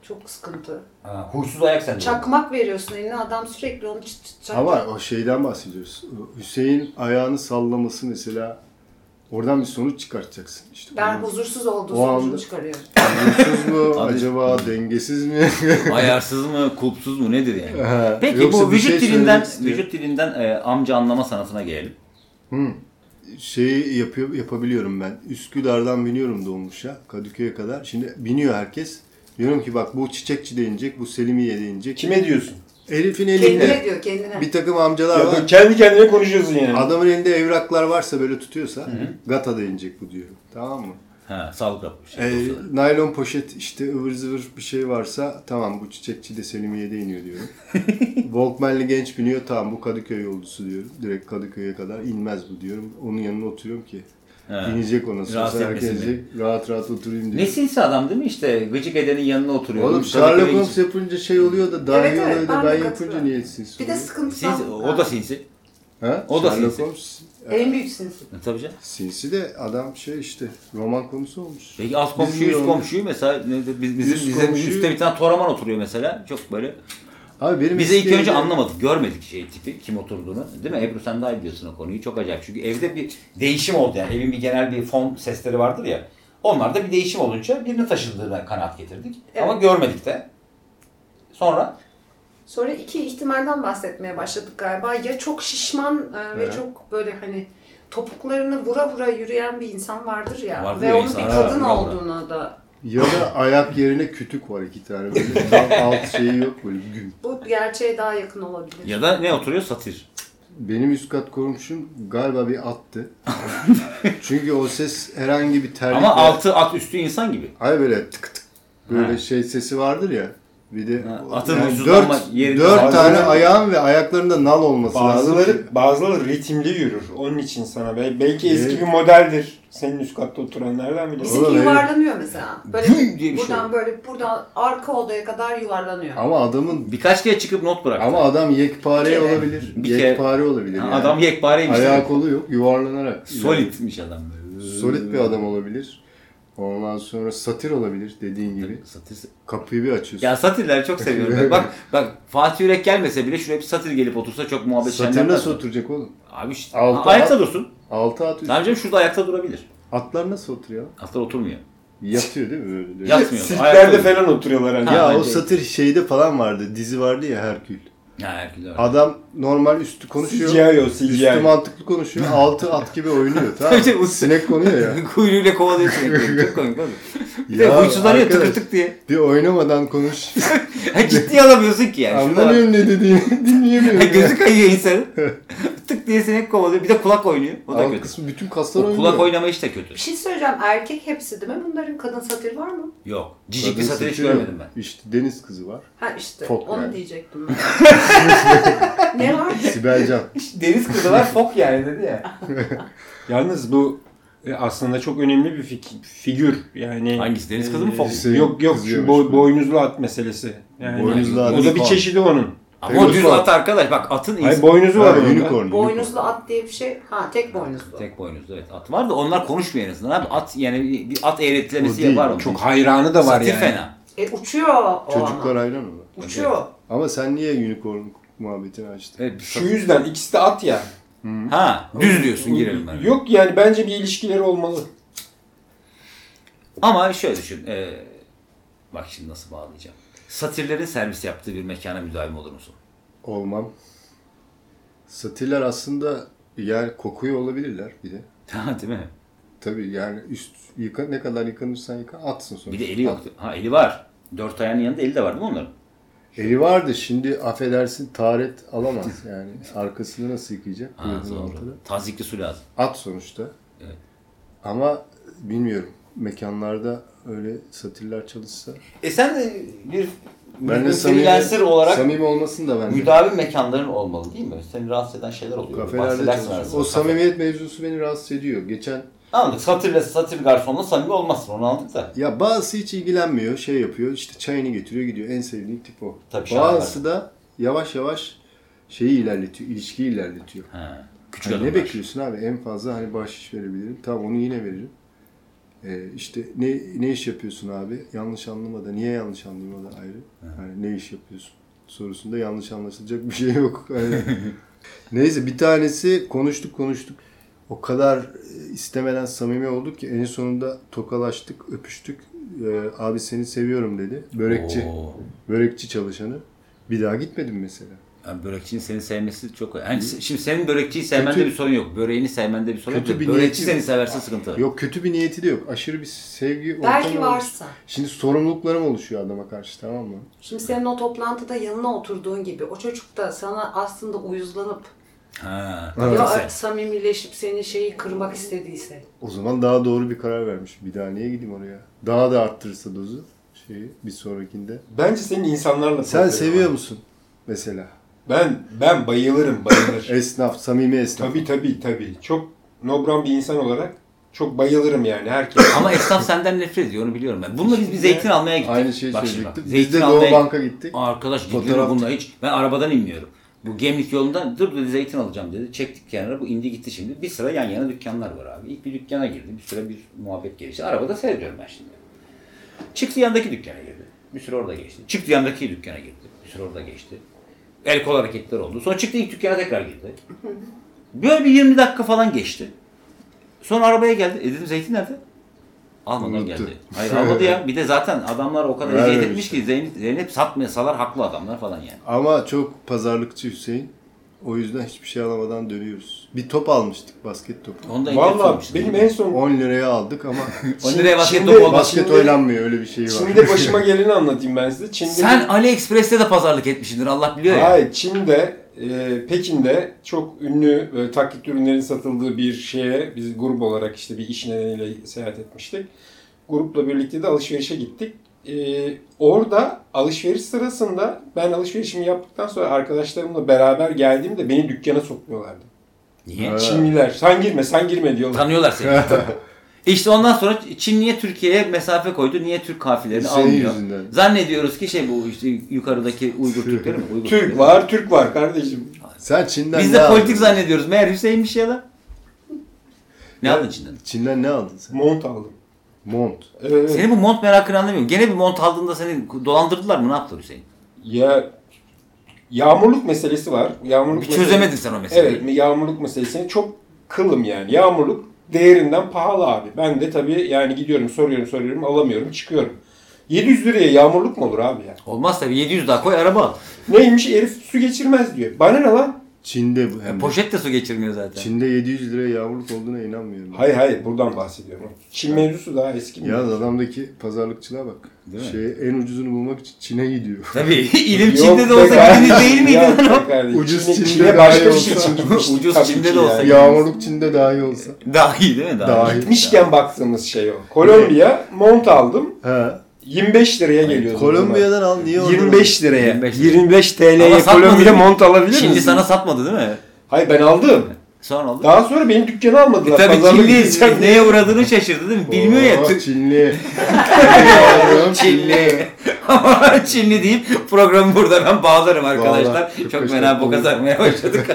Speaker 4: çok sıkıntı.
Speaker 1: Ha, huysuz ayak sendromu.
Speaker 4: Çakmak veriyorsun eline adam sürekli onu çıt çıt çak.
Speaker 2: Ama o şeyden bahsediyoruz. Hüseyin ayağını sallaması mesela oradan bir sonuç çıkartacaksın. İşte
Speaker 4: Ben
Speaker 2: onun
Speaker 4: huzursuz olduğu
Speaker 2: O
Speaker 4: sonucunu
Speaker 2: anda-
Speaker 4: çıkarıyorum.
Speaker 2: huzursuz mu
Speaker 1: Abi-
Speaker 2: acaba dengesiz mi?
Speaker 1: Ayarsız mı, kulpsuz mu nedir yani?
Speaker 2: Ha,
Speaker 1: Peki
Speaker 2: yoksa
Speaker 1: bu
Speaker 2: bir
Speaker 1: vücut
Speaker 2: şey
Speaker 1: dilinden
Speaker 2: söylemek istiyor.
Speaker 1: vücut dilinden e, amca anlama sanatına gelelim.
Speaker 2: şeyi yapıyor, yapabiliyorum ben. Üsküdar'dan biniyorum dolmuşa Kadıköy'e kadar. Şimdi biniyor herkes. Diyorum ki bak bu çiçekçi değinecek, bu Selimiye değinecek.
Speaker 3: Kime diyorsun?
Speaker 2: Elif'in
Speaker 4: Kendine
Speaker 2: elinde
Speaker 4: diyor kendine.
Speaker 2: bir takım amcalar
Speaker 3: Ya
Speaker 2: var.
Speaker 3: böyle kendi kendine konuşuyorsun yani.
Speaker 2: Adamın elinde evraklar varsa böyle tutuyorsa gata da inecek bu diyor. Tamam mı?
Speaker 1: Ha, sağlık raporu. Şey,
Speaker 2: Ee,
Speaker 1: dosyaları.
Speaker 2: naylon poşet işte ıvır zıvır bir şey varsa tamam bu çiçekçi de Selimiye'de iniyor diyorum. Walkman'li genç biniyor tamam bu Kadıköy yolcusu diyorum. Direkt Kadıköy'e kadar inmez bu diyorum. Onun yanına oturuyorum ki.
Speaker 1: Ha.
Speaker 2: İnecek ona
Speaker 1: Rahatsız
Speaker 2: sonra herkes
Speaker 1: etmesin beni.
Speaker 2: inecek, rahat rahat oturayım
Speaker 1: Ne
Speaker 2: diyor.
Speaker 1: sinsi adam değil mi işte gıcık edenin yanına oturuyor.
Speaker 2: Oğlum
Speaker 1: Bu
Speaker 2: Sherlock
Speaker 1: Kadıköy'e
Speaker 2: Holmes
Speaker 1: gidecek.
Speaker 2: yapınca şey oluyor da dahi
Speaker 4: Evet, evet,
Speaker 2: oluyor da
Speaker 4: ben de
Speaker 2: ben yapınca
Speaker 4: katılıyorum.
Speaker 2: niye sinsi
Speaker 4: Bir de
Speaker 2: oluyor?
Speaker 4: sıkıntısal.
Speaker 1: Sinsi, o da sinsi.
Speaker 2: Ha?
Speaker 1: o da
Speaker 2: Sherlock
Speaker 1: sinsi.
Speaker 2: Holmes
Speaker 4: En büyük sinsi.
Speaker 1: E, Tabii canım.
Speaker 2: sinsi de adam şey işte roman konusu olmuş.
Speaker 1: Peki alt komşu,
Speaker 2: Bizim
Speaker 1: üst
Speaker 2: yolda-
Speaker 1: komşuyu mesela ne- de- biz- bizim,
Speaker 2: Üst
Speaker 1: bizim
Speaker 2: komşuyu-
Speaker 1: üstte bir tane toraman oturuyor mesela. Çok böyle.
Speaker 2: Abi benim
Speaker 1: Bize ilk
Speaker 2: eski
Speaker 1: önce
Speaker 2: evde-
Speaker 1: anlamadık, görmedik şey tipi, kim oturduğunu. Değil mi? Ebru sen daha iyi biliyorsun o konuyu. Çok acayip. Çünkü evde bir değişim oldu yani. Evin bir genel bir fon sesleri vardır ya. Onlarda bir değişim olunca birine taşındığına kanaat getirdik.
Speaker 4: Evet.
Speaker 1: Ama görmedik de. Sonra
Speaker 4: Sonra iki ihtimalden bahsetmeye başladık galiba. Ya çok şişman e, ve
Speaker 2: Evet.
Speaker 4: çok böyle hani topuklarını vura vura yürüyen bir insan vardır ya.
Speaker 1: Vardır
Speaker 4: ve
Speaker 1: ya
Speaker 4: onun
Speaker 1: insan,
Speaker 4: bir
Speaker 1: ha,
Speaker 4: kadın
Speaker 1: vura vura.
Speaker 4: olduğuna da
Speaker 2: Ya da ayak yerine kütük var iki tane böyle. Tam alt şeyi yok böyle güm.
Speaker 4: bu gerçeğe daha yakın olabilir.
Speaker 1: ya da ne oturuyor? Satir.
Speaker 2: Benim üst kat komşum galiba bir attı. Çünkü o ses herhangi bir terlikle...
Speaker 1: Ama altı at üstü insan gibi.
Speaker 2: Hayır böyle tık tık böyle
Speaker 1: Ha.
Speaker 2: şey sesi vardır ya. Bir de
Speaker 1: Ha, atın
Speaker 2: dört,
Speaker 1: huysuzlanma yerinde-
Speaker 2: dört tane
Speaker 3: Bazıları-
Speaker 2: ayağın ve ayaklarında nal olması lazım. ki-
Speaker 3: Bazıları, bazıları ritimli yürür. Onun için sana. Bel- Belki eski
Speaker 2: Evet.
Speaker 3: bir modeldir. Senin üst katta oturanlardan biri.
Speaker 4: Bizimki
Speaker 2: Oğlum, evet.
Speaker 4: yuvarlanıyor mesela. Böyle
Speaker 1: Hüm diye bir şey
Speaker 4: buradan böyle buradan arka odaya kadar yuvarlanıyor.
Speaker 2: Ama adamın
Speaker 1: Birkaç kere çıkıp not bıraktı.
Speaker 2: ama adam yekpare
Speaker 4: Bir kere.
Speaker 2: olabilir.
Speaker 1: Bir kere.
Speaker 2: yekpare olabilir.
Speaker 1: Ha,
Speaker 2: Yani.
Speaker 1: Adam yekpareymiş.
Speaker 2: ayağı kolu yok yuvarlanarak. ilerliyor.
Speaker 1: Solidmiş adam.
Speaker 2: Solid bir
Speaker 1: Hmm.
Speaker 2: adam olabilir. Ondan sonra satir olabilir dediğin gibi.
Speaker 1: Satir.
Speaker 2: Kapıyı bir açıyorsun.
Speaker 1: Ya satirler çok seviyorum. ben. bak bak Fatih Yürek gelmese bile şuraya bir satir gelip otursa çok muhabbet
Speaker 2: Satır
Speaker 1: şenlenmez.
Speaker 2: nasıl oturacak oğlum?
Speaker 1: Abi işte,
Speaker 2: Altı
Speaker 1: ha, ayakta
Speaker 2: at.
Speaker 1: dursun.
Speaker 2: Altı at üst.
Speaker 1: Ne yapacağım? Şurada ayakta durabilir.
Speaker 2: Atlar nasıl oturuyor?
Speaker 1: Atlar oturmuyor.
Speaker 2: Yatıyor değil mi böyle? böyle?
Speaker 1: Yat- Yatmıyor. Ayakta
Speaker 3: Sirklerde falan oturuyorlar. Hani.
Speaker 1: Ha,
Speaker 2: Ya o
Speaker 1: bence-
Speaker 2: satır şeyde falan vardı. Dizi vardı ya Herkül.
Speaker 1: Ha Herkül öyle.
Speaker 2: Adam normal üstü konuşuyor.
Speaker 3: CGI o
Speaker 2: Üstü
Speaker 3: CGI.
Speaker 2: mantıklı konuşuyor. Altı at gibi oynuyor. Tamam.
Speaker 1: Tabii,
Speaker 2: mı? Sinek konuyor ya.
Speaker 1: Kuyruğuyla kovalıyor sinekleri. Çok komik değil mi? Bir de
Speaker 2: Ya
Speaker 1: huysuzlanıyor
Speaker 2: arkadaş.
Speaker 1: tıkır tık diye.
Speaker 2: Bir oynamadan konuş.
Speaker 1: Ciddi alamıyorsun ki yani. Şurada bak.
Speaker 2: Anlamıyorum ne dediğini. Dinleyemiyorum. ya.
Speaker 1: Gözü kayıyor insanın. Tık diye sinek kovalıyor. Bir de kulak oynuyor. O da
Speaker 2: Alt
Speaker 1: kötü.
Speaker 2: kısmı bütün kaslar
Speaker 1: O
Speaker 2: oynuyor.
Speaker 1: kulak oynama işte kötü.
Speaker 4: Bir şey söyleyeceğim. Erkek hepsi değil mi? Bunların kadın satır var mı?
Speaker 1: Yok. Cicik
Speaker 2: Kadın
Speaker 1: bir satır hiç
Speaker 2: satıyor.
Speaker 1: görmedim ben.
Speaker 2: İşte deniz kızı var.
Speaker 4: Ha işte.
Speaker 2: Çok
Speaker 4: onu
Speaker 2: yani.
Speaker 4: diyecektim ben. ne var?
Speaker 2: Sibel Can.
Speaker 1: Deniz kızı var fok yani dedi ya.
Speaker 3: Yalnız bu e, aslında çok önemli bir fik- figür yani.
Speaker 1: Hangisi? Deniz kızı mı
Speaker 3: e,
Speaker 1: fok?
Speaker 2: Hüseyin
Speaker 3: Yok yok şu
Speaker 2: kızıyormuş
Speaker 3: boy,
Speaker 2: bu.
Speaker 3: boynuzlu at meselesi. Yani,
Speaker 2: Boynuzlu at.
Speaker 3: O da bir
Speaker 1: Unicorn.
Speaker 3: çeşidi onun.
Speaker 1: Ama o düz
Speaker 2: Unicorn.
Speaker 1: at arkadaş. Bak atın
Speaker 3: Hayır
Speaker 1: insan...
Speaker 3: boynuzu var
Speaker 2: Ha,
Speaker 3: onun. da.
Speaker 2: unicorn.
Speaker 4: Boynuzlu at diye bir şey. Ha tek boynuzlu.
Speaker 1: Tek boynuzlu evet. At var da onlar konuşmuyor en azından abi. At yani bir- bir at
Speaker 2: O
Speaker 1: eğretilemesi
Speaker 2: değil,
Speaker 1: var.
Speaker 3: Çok hayranı da var
Speaker 1: Satır
Speaker 3: yani.
Speaker 1: fena.
Speaker 4: E uçuyor o
Speaker 2: Çocuklar
Speaker 4: ama.
Speaker 2: hayran ona.
Speaker 4: Uçuyor.
Speaker 2: Ama sen niye unicorn muhabbetini açtın?
Speaker 1: Evet, bir
Speaker 3: Şu
Speaker 1: satır.
Speaker 3: yüzden ikisi de at ya.
Speaker 1: Ha düz diyorsun girelim ben.
Speaker 3: Yok yani bence bir ilişkileri olmalı.
Speaker 1: Ama şöyle düşün. ee, bak şimdi nasıl bağlayacağım. Satirlerin servis yaptığı bir mekana müdavim olur musun?
Speaker 2: Olmam. Satirler aslında yani kokuyor olabilirler bir de.
Speaker 1: Ha değil mi?
Speaker 2: Tabii yani üst yıka, ne kadar yıkanırsan yıkan atsın sonuçta.
Speaker 1: Bir de eli yoktu. Ha eli var. Dört ayağının yanında eli de var değil mi onların?
Speaker 2: Eli vardı şimdi affedersin taharet alamaz yani. Arkasını nasıl yıkayacak?
Speaker 1: Ha,
Speaker 2: Kuyruğun altına.
Speaker 1: doğru. Tazikli su lazım.
Speaker 2: At sonuçta. Ama bilmiyorum mekanlarda öyle satirler çalışsa.
Speaker 1: E sen de bir
Speaker 2: Ben de
Speaker 1: freelancer olarak
Speaker 2: samimi olmasın da ben de.
Speaker 1: müdavim mekanların olmalı değil mi? Seni rahatsız eden şeyler oluyor.
Speaker 2: Kafelerde
Speaker 1: Bahsedersin
Speaker 2: çalışıyorum.
Speaker 1: arasında.
Speaker 2: O
Speaker 1: Kafe.
Speaker 2: samimiyet mevzusu beni rahatsız ediyor. Geçen
Speaker 1: Anladık. Satırla satır garsonla samimi olmazsın. Onu anladık da.
Speaker 2: ya bazısı hiç ilgilenmiyor, şey yapıyor. işte çayını getiriyor, gidiyor. En sevdiğim tip o.
Speaker 1: Tabii
Speaker 2: bazısı da yavaş yavaş şeyi ilerletiyor, ilişkiyi ilerletiyor.
Speaker 1: Ha. Küçük
Speaker 2: Hani ne
Speaker 1: adımlar.
Speaker 2: bekliyorsun abi? En fazla hani bahşiş verebilirim. Tamam onu yine veririm. Ee, işte ne ne iş yapıyorsun abi? Yanlış anlama da niye yanlış anlayayım o da ayrı. Hani ne iş yapıyorsun sorusunda yanlış anlaşılacak bir şey yok. Hani- Neyse bir tanesi konuştuk konuştuk. O kadar e, istemeden samimi olduk ki en sonunda tokalaştık, öpüştük. Ee, abi seni seviyorum dedi. Börekçi.
Speaker 1: Oo.
Speaker 2: Börekçi çalışanı. Bir daha gitmedim mesela.
Speaker 1: Yani börekçinin seni sevmesi çok... Yani se- şimdi senin börekçiyi sevmende
Speaker 2: Kötü-
Speaker 1: bir sorun yok. Böreğini sevmende bir sorun yok.
Speaker 2: Kötü
Speaker 1: da
Speaker 2: bir
Speaker 1: Börekçi
Speaker 2: niyeti
Speaker 1: seni
Speaker 2: yok.
Speaker 1: severse sıkıntı.
Speaker 2: Yok kötü bir niyeti de yok. Aşırı bir sevgi ortamı
Speaker 4: Belki
Speaker 2: oluştu.
Speaker 4: varsa.
Speaker 2: Şimdi sorumluluklarım oluşuyor adama karşı tamam mı?
Speaker 4: Şimdi senin o toplantıda yanına oturduğun gibi o çocuk da sana aslında uyuzlanıp
Speaker 1: Ha.
Speaker 4: ya
Speaker 1: Evet.
Speaker 4: samimileşip senin şeyi kırmak istediyse.
Speaker 2: O zaman daha doğru bir karar vermiş. Bir daha niye gideyim oraya? Daha da arttırırsa dozu şeyi bir sonrakinde.
Speaker 3: Bence senin insanlarla
Speaker 2: Sen
Speaker 3: sohbet
Speaker 2: seviyor
Speaker 3: etmen.
Speaker 2: musun mesela?
Speaker 3: Ben ben bayılırım bayılır.
Speaker 2: Esnaf, samimi esnaf.
Speaker 3: tabii tabii tabii. Çok nobran bir insan olarak çok bayılırım yani herkes.
Speaker 1: Ama esnaf senden nefret ediyor onu biliyorum ben. Bununla biz bir
Speaker 2: Şimdi
Speaker 1: zeytin almaya gittik.
Speaker 2: Aynı şeyi
Speaker 1: Bak şimdi
Speaker 2: söyleyecektim.
Speaker 1: bak,
Speaker 2: Biz de Doğu
Speaker 1: almaya-
Speaker 2: Bank'a gittik.
Speaker 1: Arkadaş gidiyor
Speaker 2: Fotoğraf
Speaker 1: bununla hiç. Ben arabadan inmiyorum. Bu gemlik yolunda dur dedi zeytin alacağım dedi. Çektik kenara bu indi gitti şimdi. Bir sıra yan yana dükkanlar var abi. İlk bir dükkana girdi. Bir süre bir muhabbet gelişti. Arabada seyrediyorum ben şimdi. Çıktı yandaki dükkana girdi. Bir süre orada geçti. Çıktı yandaki dükkana girdi. Bir süre orada geçti. El kol hareketler oldu. Sonra çıktı ilk dükkana tekrar girdi. Böyle bir 20 dakika falan geçti. Sonra arabaya geldi. E dedim zeytin nerede? Almadan
Speaker 2: Unuttu.
Speaker 1: geldi. Hayır almadı ya. Bir de zaten adamlar o kadar eziyet
Speaker 2: Vermemiş
Speaker 1: etmiş ki Zeynep, Zeynep satmayasalar haklı adamlar falan yani.
Speaker 2: Ama çok pazarlıkçı Hüseyin. O yüzden hiçbir şey alamadan dönüyoruz. Bir top almıştık basket topu.
Speaker 1: Onu da
Speaker 3: Valla benim en son
Speaker 2: 10 liraya aldık ama
Speaker 1: 10 liraya basket
Speaker 3: Şimdi-
Speaker 1: topu olmaz.
Speaker 2: basket
Speaker 3: Şimdi-
Speaker 2: oynanmıyor öyle bir şey var.
Speaker 3: Çin'de başıma geleni anlatayım ben size. Çin'de
Speaker 1: Sen AliExpress'te de pazarlık etmişsindir Allah biliyor ya.
Speaker 3: Hayır, Çin'de, e, Pekin'de çok ünlü e, taklit ürünlerin satıldığı bir şeye biz grup olarak işte bir iş nedeniyle seyahat etmiştik. Grupla birlikte de alışverişe gittik. E, orada alışveriş sırasında ben alışverişimi yaptıktan sonra arkadaşlarımla beraber geldiğimde beni dükkana sokmuyorlardı.
Speaker 1: Niye?
Speaker 2: Ha.
Speaker 3: Çinliler sen girme sen girme diyorlar.
Speaker 1: Tanıyorlar seni. işte ondan sonra Çin niye Türkiye'ye mesafe koydu? Niye Türk kafirlerini
Speaker 2: Senin
Speaker 1: almıyor?
Speaker 2: yüzünden.
Speaker 1: Zannediyoruz ki şey bu işte yukarıdaki Uygur Türkleri mi? Uygur Türkleri.
Speaker 3: Türk var Türk var kardeşim.
Speaker 2: Sen Çin'den
Speaker 1: Biz
Speaker 2: ne
Speaker 1: de
Speaker 2: aldın?
Speaker 1: politik zannediyoruz. Meğer Hüseyin'miş ya da. Ne aldın Çin'den?
Speaker 2: Çin'den ne aldın sen?
Speaker 3: Mont aldım.
Speaker 2: Mont.
Speaker 3: Evet.
Speaker 1: Senin bu mont merakını anlamıyorum. Gene bir mont aldığında seni dolandırdılar mı? Ne yaptılar Hüseyin?
Speaker 3: Ya yağmurluk meselesi var. Yağmurluk
Speaker 1: Bir
Speaker 3: meselesi-
Speaker 1: çözemedin sen o meseleyi.
Speaker 3: Evet, yağmurluk meselesini çok kılım yani. Yağmurluk değerinden pahalı abi. Ben de tabii yani gidiyorum, soruyorum, soruyorum, alamıyorum, çıkıyorum. 700 liraya yağmurluk mu olur abi ya?
Speaker 1: Olmaz tabii 700 daha koy araba al.
Speaker 3: Neymiş herif su geçirmez diyor. Bana ne lan?
Speaker 2: Çin'de bu
Speaker 1: Ya,
Speaker 2: hem de.
Speaker 1: E, poşet de su geçirmiyor zaten.
Speaker 2: Çin'de 700 liraya yavruluk olduğuna inanmıyorum.
Speaker 3: Hayır hayır buradan bahsediyorum. Çin mevzusu daha eski bir
Speaker 2: Ya
Speaker 3: mevzu.
Speaker 2: adamdaki pazarlıkçılığa bak.
Speaker 1: Değil mi?
Speaker 2: Şey en ucuzunu bulmak için Çin'e gidiyor.
Speaker 1: Tabii ilim
Speaker 3: Yok,
Speaker 1: Çin'de de
Speaker 3: be
Speaker 1: olsa
Speaker 3: kardeşim,
Speaker 1: gidiniz değil miydi
Speaker 3: ya,
Speaker 1: lan o?
Speaker 3: be kardeşim.
Speaker 2: Ucuz
Speaker 3: Çin'e-
Speaker 2: Çin'de
Speaker 3: Çin'e
Speaker 2: daha
Speaker 3: başka bir
Speaker 2: iyi
Speaker 3: şey
Speaker 2: olsa.
Speaker 3: için gitmiştik
Speaker 1: Ucuz
Speaker 3: tabii
Speaker 1: Çin'de
Speaker 3: ki
Speaker 1: de olsa
Speaker 3: yani.
Speaker 2: Yağmurluk Çin'de daha iyi olsa.
Speaker 1: Daha iyi değil mi? Daha,
Speaker 2: Daha iyi.
Speaker 3: Gitmişken baktığımız şey o. Kolombiya mont aldım.
Speaker 2: Ha.
Speaker 3: 25 liraya geliyordu. o zaman.
Speaker 2: Kolombiya'dan al niye olur?
Speaker 3: 25 liraya.
Speaker 1: 25
Speaker 3: 25,
Speaker 1: liraya. Ama
Speaker 3: TL'ye
Speaker 1: satmadın
Speaker 3: Kolombiya
Speaker 1: mı?
Speaker 3: mont alabilir
Speaker 1: Şimdi
Speaker 3: misin?
Speaker 1: sana satmadı değil mi?
Speaker 3: Hayır ben aldım.
Speaker 1: Sonra oldu. E
Speaker 3: Daha sonra benim dükkanı almadılar.
Speaker 1: Tabii
Speaker 3: Pazarlık
Speaker 1: Çinli
Speaker 3: gideceğim diye.
Speaker 1: neye uğradığını şaşırdı değil mi? Bilmiyor ya.
Speaker 2: Oh,
Speaker 1: Türk-
Speaker 2: Çinli.
Speaker 1: Çinli. Ama Çinli deyip programı burada ben bağlarım arkadaşlar.
Speaker 2: Bağla.
Speaker 1: Çok
Speaker 2: Çok
Speaker 1: fena boka
Speaker 2: teşekkür
Speaker 1: sarmaya başladık.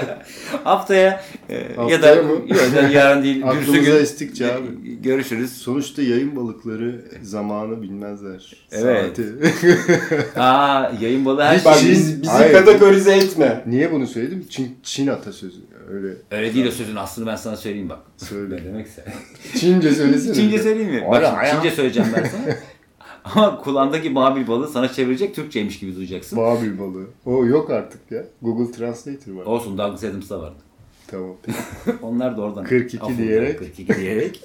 Speaker 1: Haftaya, e, ya da
Speaker 2: Haftaya mı?
Speaker 1: ya da yarın değil. Gürsü
Speaker 2: Aklımıza
Speaker 1: gün
Speaker 2: estikçe abi.
Speaker 1: görüşürüz.
Speaker 2: Sonuçta yayın balıkları zamanı bilmezler.
Speaker 1: Evet.
Speaker 2: Saati.
Speaker 1: Aa yayın balığı her
Speaker 3: Bak
Speaker 1: şey.
Speaker 3: biz, bizi
Speaker 2: Hayır.
Speaker 3: kategorize etme.
Speaker 2: Niye bunu söyledim? Çin, Çin atasözü. Öyle
Speaker 1: Öyle değil o sözün aslını ben sana söyleyeyim bak.
Speaker 2: söyle.
Speaker 1: Ne demekse.
Speaker 2: Çince söylesene.
Speaker 1: Çince söyleyeyim mi? Bak
Speaker 2: Ara,
Speaker 1: şimdi
Speaker 2: ara.
Speaker 1: Çince söyleyeceğim ben sana. Ama kulağındaki mavi balığı sana çevirecek Türkçeymiş gibi duyacaksın.
Speaker 2: Babil balığı. O yok artık ya. Google Translator var.
Speaker 1: Olsun Douglas Adams'da vardı.
Speaker 2: Tamam.
Speaker 1: Onlar da oradan.
Speaker 2: 42
Speaker 1: Affo'dan
Speaker 2: diyerek.
Speaker 1: 42 diyerek.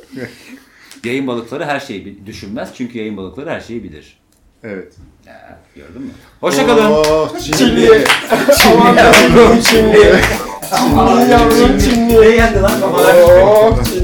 Speaker 1: yayın balıkları her şeyi bi- düşünmez çünkü yayın balıkları her şeyi bilir.
Speaker 2: Evet.
Speaker 1: Ya, gördün mü? Hoşçakalın.
Speaker 2: Oh,
Speaker 3: Çinli.
Speaker 2: Çinli.
Speaker 3: Aman yavrum Çinli. Aman yavrum Çinli.
Speaker 1: Çinli'ye geldi lan. kafalar.
Speaker 3: Oh Çinli.